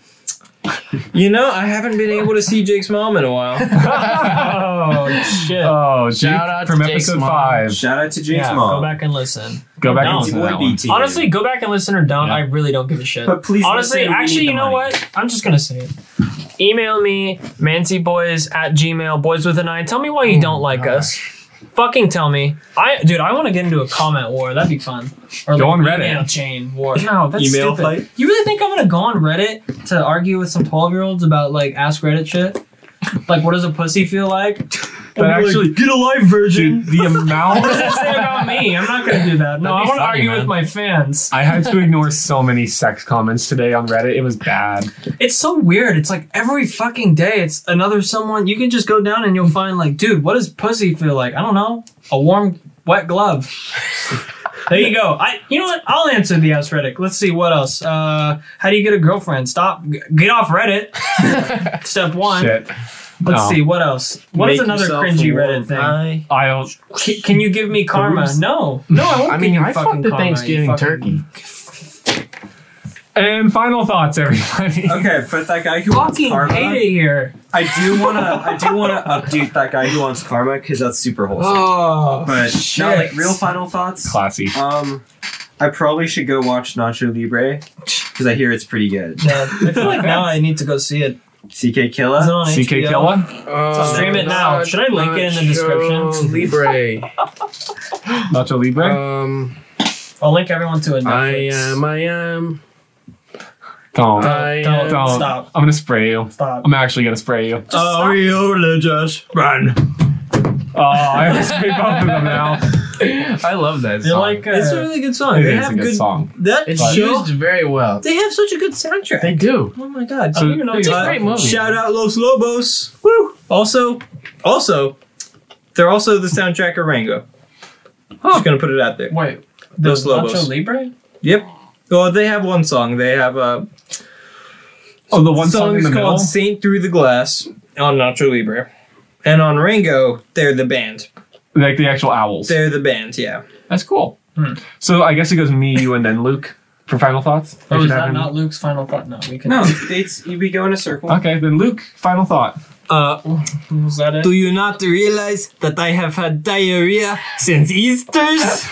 Speaker 5: you know, I haven't been able to see Jake's mom in a while.
Speaker 1: oh shit!
Speaker 2: Oh, Jake
Speaker 3: Shout out to
Speaker 2: from
Speaker 3: Jake's
Speaker 2: episode
Speaker 3: mom.
Speaker 2: five.
Speaker 6: Shout out to Jake's
Speaker 1: yeah, go
Speaker 6: mom.
Speaker 1: back and listen.
Speaker 2: Go back
Speaker 1: No.
Speaker 2: and listen to that one.
Speaker 1: Honestly, go back and listen or don't.
Speaker 2: Yeah.
Speaker 1: I really don't give a shit.
Speaker 6: But please
Speaker 1: Honestly,
Speaker 6: listen, we
Speaker 1: actually,
Speaker 6: need
Speaker 1: you
Speaker 6: the
Speaker 1: know
Speaker 6: money.
Speaker 1: what? I'm just gonna say it. Email me, mancyboys at gmail, boys with an eye. Tell me why you don't like us. Fucking tell me. I dude, I want to get into a comment war. That'd be fun. Or
Speaker 2: Go on Reddit.
Speaker 1: email chain war. No, that's
Speaker 6: Email
Speaker 1: stupid.
Speaker 6: fight?
Speaker 1: You really think I'm gonna go on Reddit to argue with some 12 year olds about like ask Reddit shit? Like, what does a pussy feel like?
Speaker 2: That actually,
Speaker 6: Get alive, virgin!
Speaker 2: dude, the amount.
Speaker 1: What does that say about me? I'm not gonna do that. No, I
Speaker 3: That'd
Speaker 1: want
Speaker 3: be
Speaker 1: to
Speaker 3: funny,
Speaker 1: argue with
Speaker 3: man.
Speaker 1: my fans.
Speaker 2: I had to ignore so many sex comments today on Reddit. It was bad.
Speaker 1: It's so weird. It's like every fucking day, it's another someone. You can just go down and you'll find like, dude, what does pussy feel like? I don't know. A warm, wet glove. there you go. I, you know what? I'll answer the Ask Reddit. Let's see what else. Uh, how do you get a girlfriend? Stop. G- get off Reddit. Step one.
Speaker 2: Shit.
Speaker 1: Let's
Speaker 2: No.
Speaker 1: see what else. What is
Speaker 5: Make
Speaker 1: another
Speaker 5: yourself
Speaker 1: cringy
Speaker 5: a warm
Speaker 1: Reddit thing?
Speaker 5: eye.
Speaker 2: I don't.
Speaker 1: C- can you give me karma?
Speaker 2: Bruce.
Speaker 1: No, no, I won't.
Speaker 3: I mean,
Speaker 1: give you
Speaker 3: I
Speaker 1: fucking
Speaker 3: fucked the
Speaker 1: karma, you
Speaker 3: Thanksgiving
Speaker 1: fucking-
Speaker 3: turkey.
Speaker 2: And final thoughts, everybody.
Speaker 6: Okay, but that guy who wants
Speaker 1: Fucking
Speaker 6: karma,
Speaker 1: hate it here.
Speaker 6: I do wanna, I do wanna update that guy who wants karma because that's super wholesome.
Speaker 3: Uh,
Speaker 1: Oh,
Speaker 6: but now, like real final thoughts.
Speaker 2: Classy.
Speaker 6: Um, I probably should go watch Nacho Libre because I hear it's pretty good.
Speaker 1: I feel like now I need to go see it.
Speaker 6: CK
Speaker 1: Is it
Speaker 6: Killa.
Speaker 1: on
Speaker 2: CK
Speaker 1: HBO?
Speaker 2: Killa?
Speaker 1: Stream it now. Should I link it in the description?
Speaker 3: Libre.
Speaker 2: Nacho Libre?
Speaker 3: Um,
Speaker 1: I'll link everyone to it. Netflix.
Speaker 3: I am. I am.
Speaker 2: Don't.
Speaker 3: I
Speaker 1: Don't-
Speaker 3: am.
Speaker 2: Don't.
Speaker 1: Stop.
Speaker 2: I'm gonna spray you.
Speaker 1: Stop.
Speaker 2: I'm actually gonna spray you.
Speaker 5: Oh, Are you religious? Run.
Speaker 2: Oh, I have to spray both of them now.
Speaker 3: I love that
Speaker 1: You're
Speaker 3: song.
Speaker 1: like uh,
Speaker 5: It's a really good song.
Speaker 2: It
Speaker 5: they
Speaker 2: is
Speaker 5: have
Speaker 2: a good, song.
Speaker 5: That
Speaker 3: it's
Speaker 2: But-
Speaker 5: show.
Speaker 3: used very well.
Speaker 5: They have such a good soundtrack.
Speaker 3: They do.
Speaker 5: oh my god.
Speaker 1: I don't even know
Speaker 3: It's
Speaker 1: you
Speaker 3: a great movie.
Speaker 5: Shout out Los Lobos. Woo! Also, also, they're also the soundtrack of Rango. Just gonna put it out there.
Speaker 1: Wait, the
Speaker 5: Los Lobos.
Speaker 1: Nacho Libre?
Speaker 5: Well, they have one song. They have uh,
Speaker 2: Oh, the one song in
Speaker 5: is
Speaker 2: the middle.
Speaker 5: called "Saint Through the Glass" on Nacho Libre, and on Rango, they're the band.
Speaker 2: Like the actual owls.
Speaker 5: They're the band. Yeah.
Speaker 2: That's cool.
Speaker 1: Hmm.
Speaker 2: So I guess it goes me, you, and then Luke for final thoughts. I
Speaker 1: Or is
Speaker 2: should have
Speaker 1: that
Speaker 2: him-
Speaker 1: not Luke's final thought? No, we can.
Speaker 6: No, it's we go in a circle.
Speaker 2: Okay, then Luke, final thought.
Speaker 5: Uh,
Speaker 1: Was that it?
Speaker 5: do you not realize that I have had diarrhea since Easter's?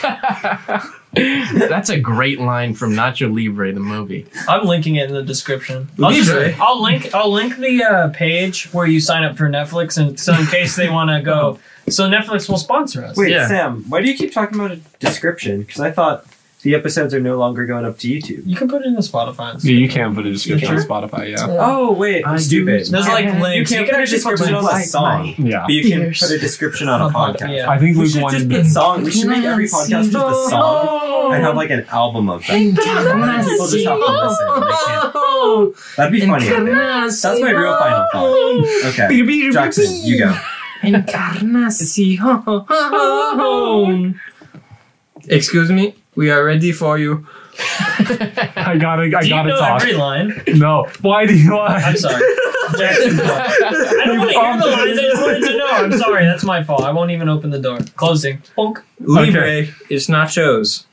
Speaker 3: That's a great line from Nacho Libre, the movie.
Speaker 1: I'm linking it in the description. I'll, just-
Speaker 5: Libre.
Speaker 1: I'll link. I'll link the uh, page where you sign up for Netflix, and so in case they want to go, so Netflix will sponsor us.
Speaker 6: Wait,
Speaker 3: Yeah.
Speaker 6: Sam, why do you keep talking about a description? Because I thought the episodes are no longer going up to YouTube.
Speaker 1: You can put it in the Spotify. and stuff.
Speaker 2: Yeah, you can put a description
Speaker 1: Sure.
Speaker 2: on Spotify. Yeah.
Speaker 6: Oh wait,
Speaker 3: I
Speaker 6: stupid.
Speaker 1: There's like
Speaker 6: You
Speaker 1: links.
Speaker 6: can't
Speaker 1: you
Speaker 6: put
Speaker 1: can
Speaker 6: a
Speaker 1: actually put
Speaker 6: description on the
Speaker 1: links.
Speaker 6: song,
Speaker 2: Yeah.
Speaker 6: but you can
Speaker 3: Fierce.
Speaker 6: put a description on a podcast.
Speaker 1: Yeah.
Speaker 2: I think
Speaker 6: We
Speaker 2: Luke
Speaker 6: should just
Speaker 2: wanted.
Speaker 6: put song. We should make every podcast just a song
Speaker 1: Oh,
Speaker 6: and have like an album of them. People just have to listen. and they can't- That'd be funny. I think. That's my real final thought. Okay, Jackson, you go.
Speaker 1: Oh,
Speaker 5: Excuse me. We are ready for you.
Speaker 2: I gotta. I
Speaker 1: Do you
Speaker 2: gotta
Speaker 1: know
Speaker 2: talk.
Speaker 1: every line?
Speaker 2: No. Why do you want?
Speaker 1: I'm sorry. Jackson, I don't want to hear the lines. I just wanted to know. I'm sorry. That's my fault. I won't even open the door. Closing. Bonk.
Speaker 5: Libre is nachos.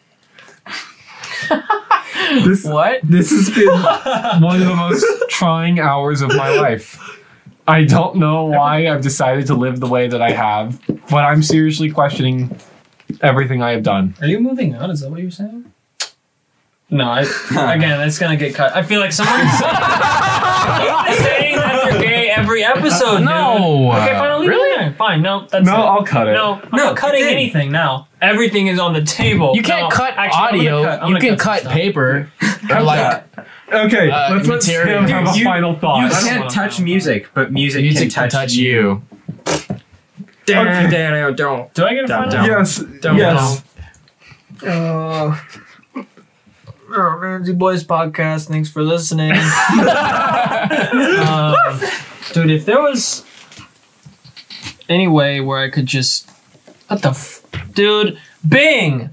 Speaker 2: This
Speaker 3: What?
Speaker 2: this has been one of the most trying hours of my life. I don't know why I've decided to live the way that I have, but I'm seriously questioning everything I have done.
Speaker 1: Are you moving out? Is that what you're saying? No, I, again, that's gonna get cut. I feel like someone's saying that you're gay every episode. dude.
Speaker 3: Oh, No.
Speaker 1: Okay, fine. I'll leave it in there. Fine. No, that's
Speaker 2: No,
Speaker 1: it.
Speaker 2: I'll cut it.
Speaker 1: no, I'm not cutting anything now. Everything is on the table.
Speaker 3: You can't
Speaker 1: No,
Speaker 3: cut
Speaker 1: actually, I'm
Speaker 3: audio.
Speaker 1: gonna cut- I'm
Speaker 3: you
Speaker 1: gonna
Speaker 3: can
Speaker 1: some
Speaker 3: cut,
Speaker 1: stuff.
Speaker 3: paper. or like
Speaker 2: Okay,
Speaker 3: Uh,
Speaker 2: let's let Sam
Speaker 3: material.
Speaker 2: have a
Speaker 6: Dude, you-
Speaker 2: final thought.
Speaker 6: You
Speaker 1: don't
Speaker 6: can't
Speaker 1: wanna-
Speaker 6: touch music, but music,
Speaker 3: music
Speaker 6: can touch,
Speaker 3: you.
Speaker 5: Damn, damn, don't.
Speaker 1: Do I get a final?
Speaker 6: down.
Speaker 2: yes,
Speaker 5: Don't
Speaker 2: yes.
Speaker 5: Uh,
Speaker 1: Oh, Ramsey Boys podcast. Thanks for listening. um, dude, if there was any way where I could just. What the f. Dude, Bing!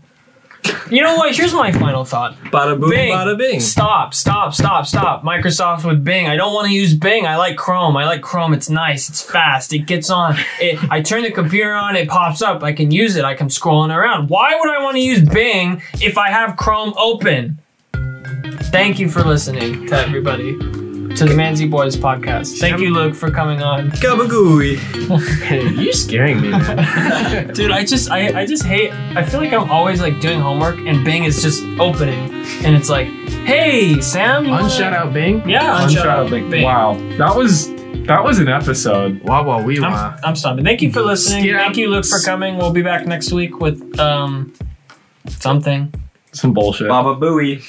Speaker 1: You know what? Here's my final thought.
Speaker 5: Bada boom,
Speaker 1: Bing.
Speaker 5: bada bing.
Speaker 1: Stop, stop, stop, stop. Microsoft with Bing. I don't want to use Bing. I like Chrome. I like Chrome. It's nice. It's fast. It gets on. It, I turn the computer on. It pops up. I can use it. I can scrolling around. Why would I want to use Bing if I have Chrome open? Thank you for listening to everybody to the Manzy Boys podcast. Thank you, Luke, for coming on.
Speaker 5: Gabagooey.
Speaker 3: You're scaring me, man.
Speaker 1: Dude, I just I, I just hate I feel like I'm always like doing homework and Bing is just opening and it's like, hey Sam, you wanna-"
Speaker 3: Unshout out Bing.
Speaker 1: Yeah, unshout out Big Bang.
Speaker 2: Wow, that was that was an episode.
Speaker 3: Wow, wow, we wow.
Speaker 1: I'm, I'm stopping. Thank you for listening.
Speaker 3: Yeah.
Speaker 1: Thank you, Luke, for coming. We'll be back next week with um something.
Speaker 2: Some bullshit.
Speaker 6: Baba Booey.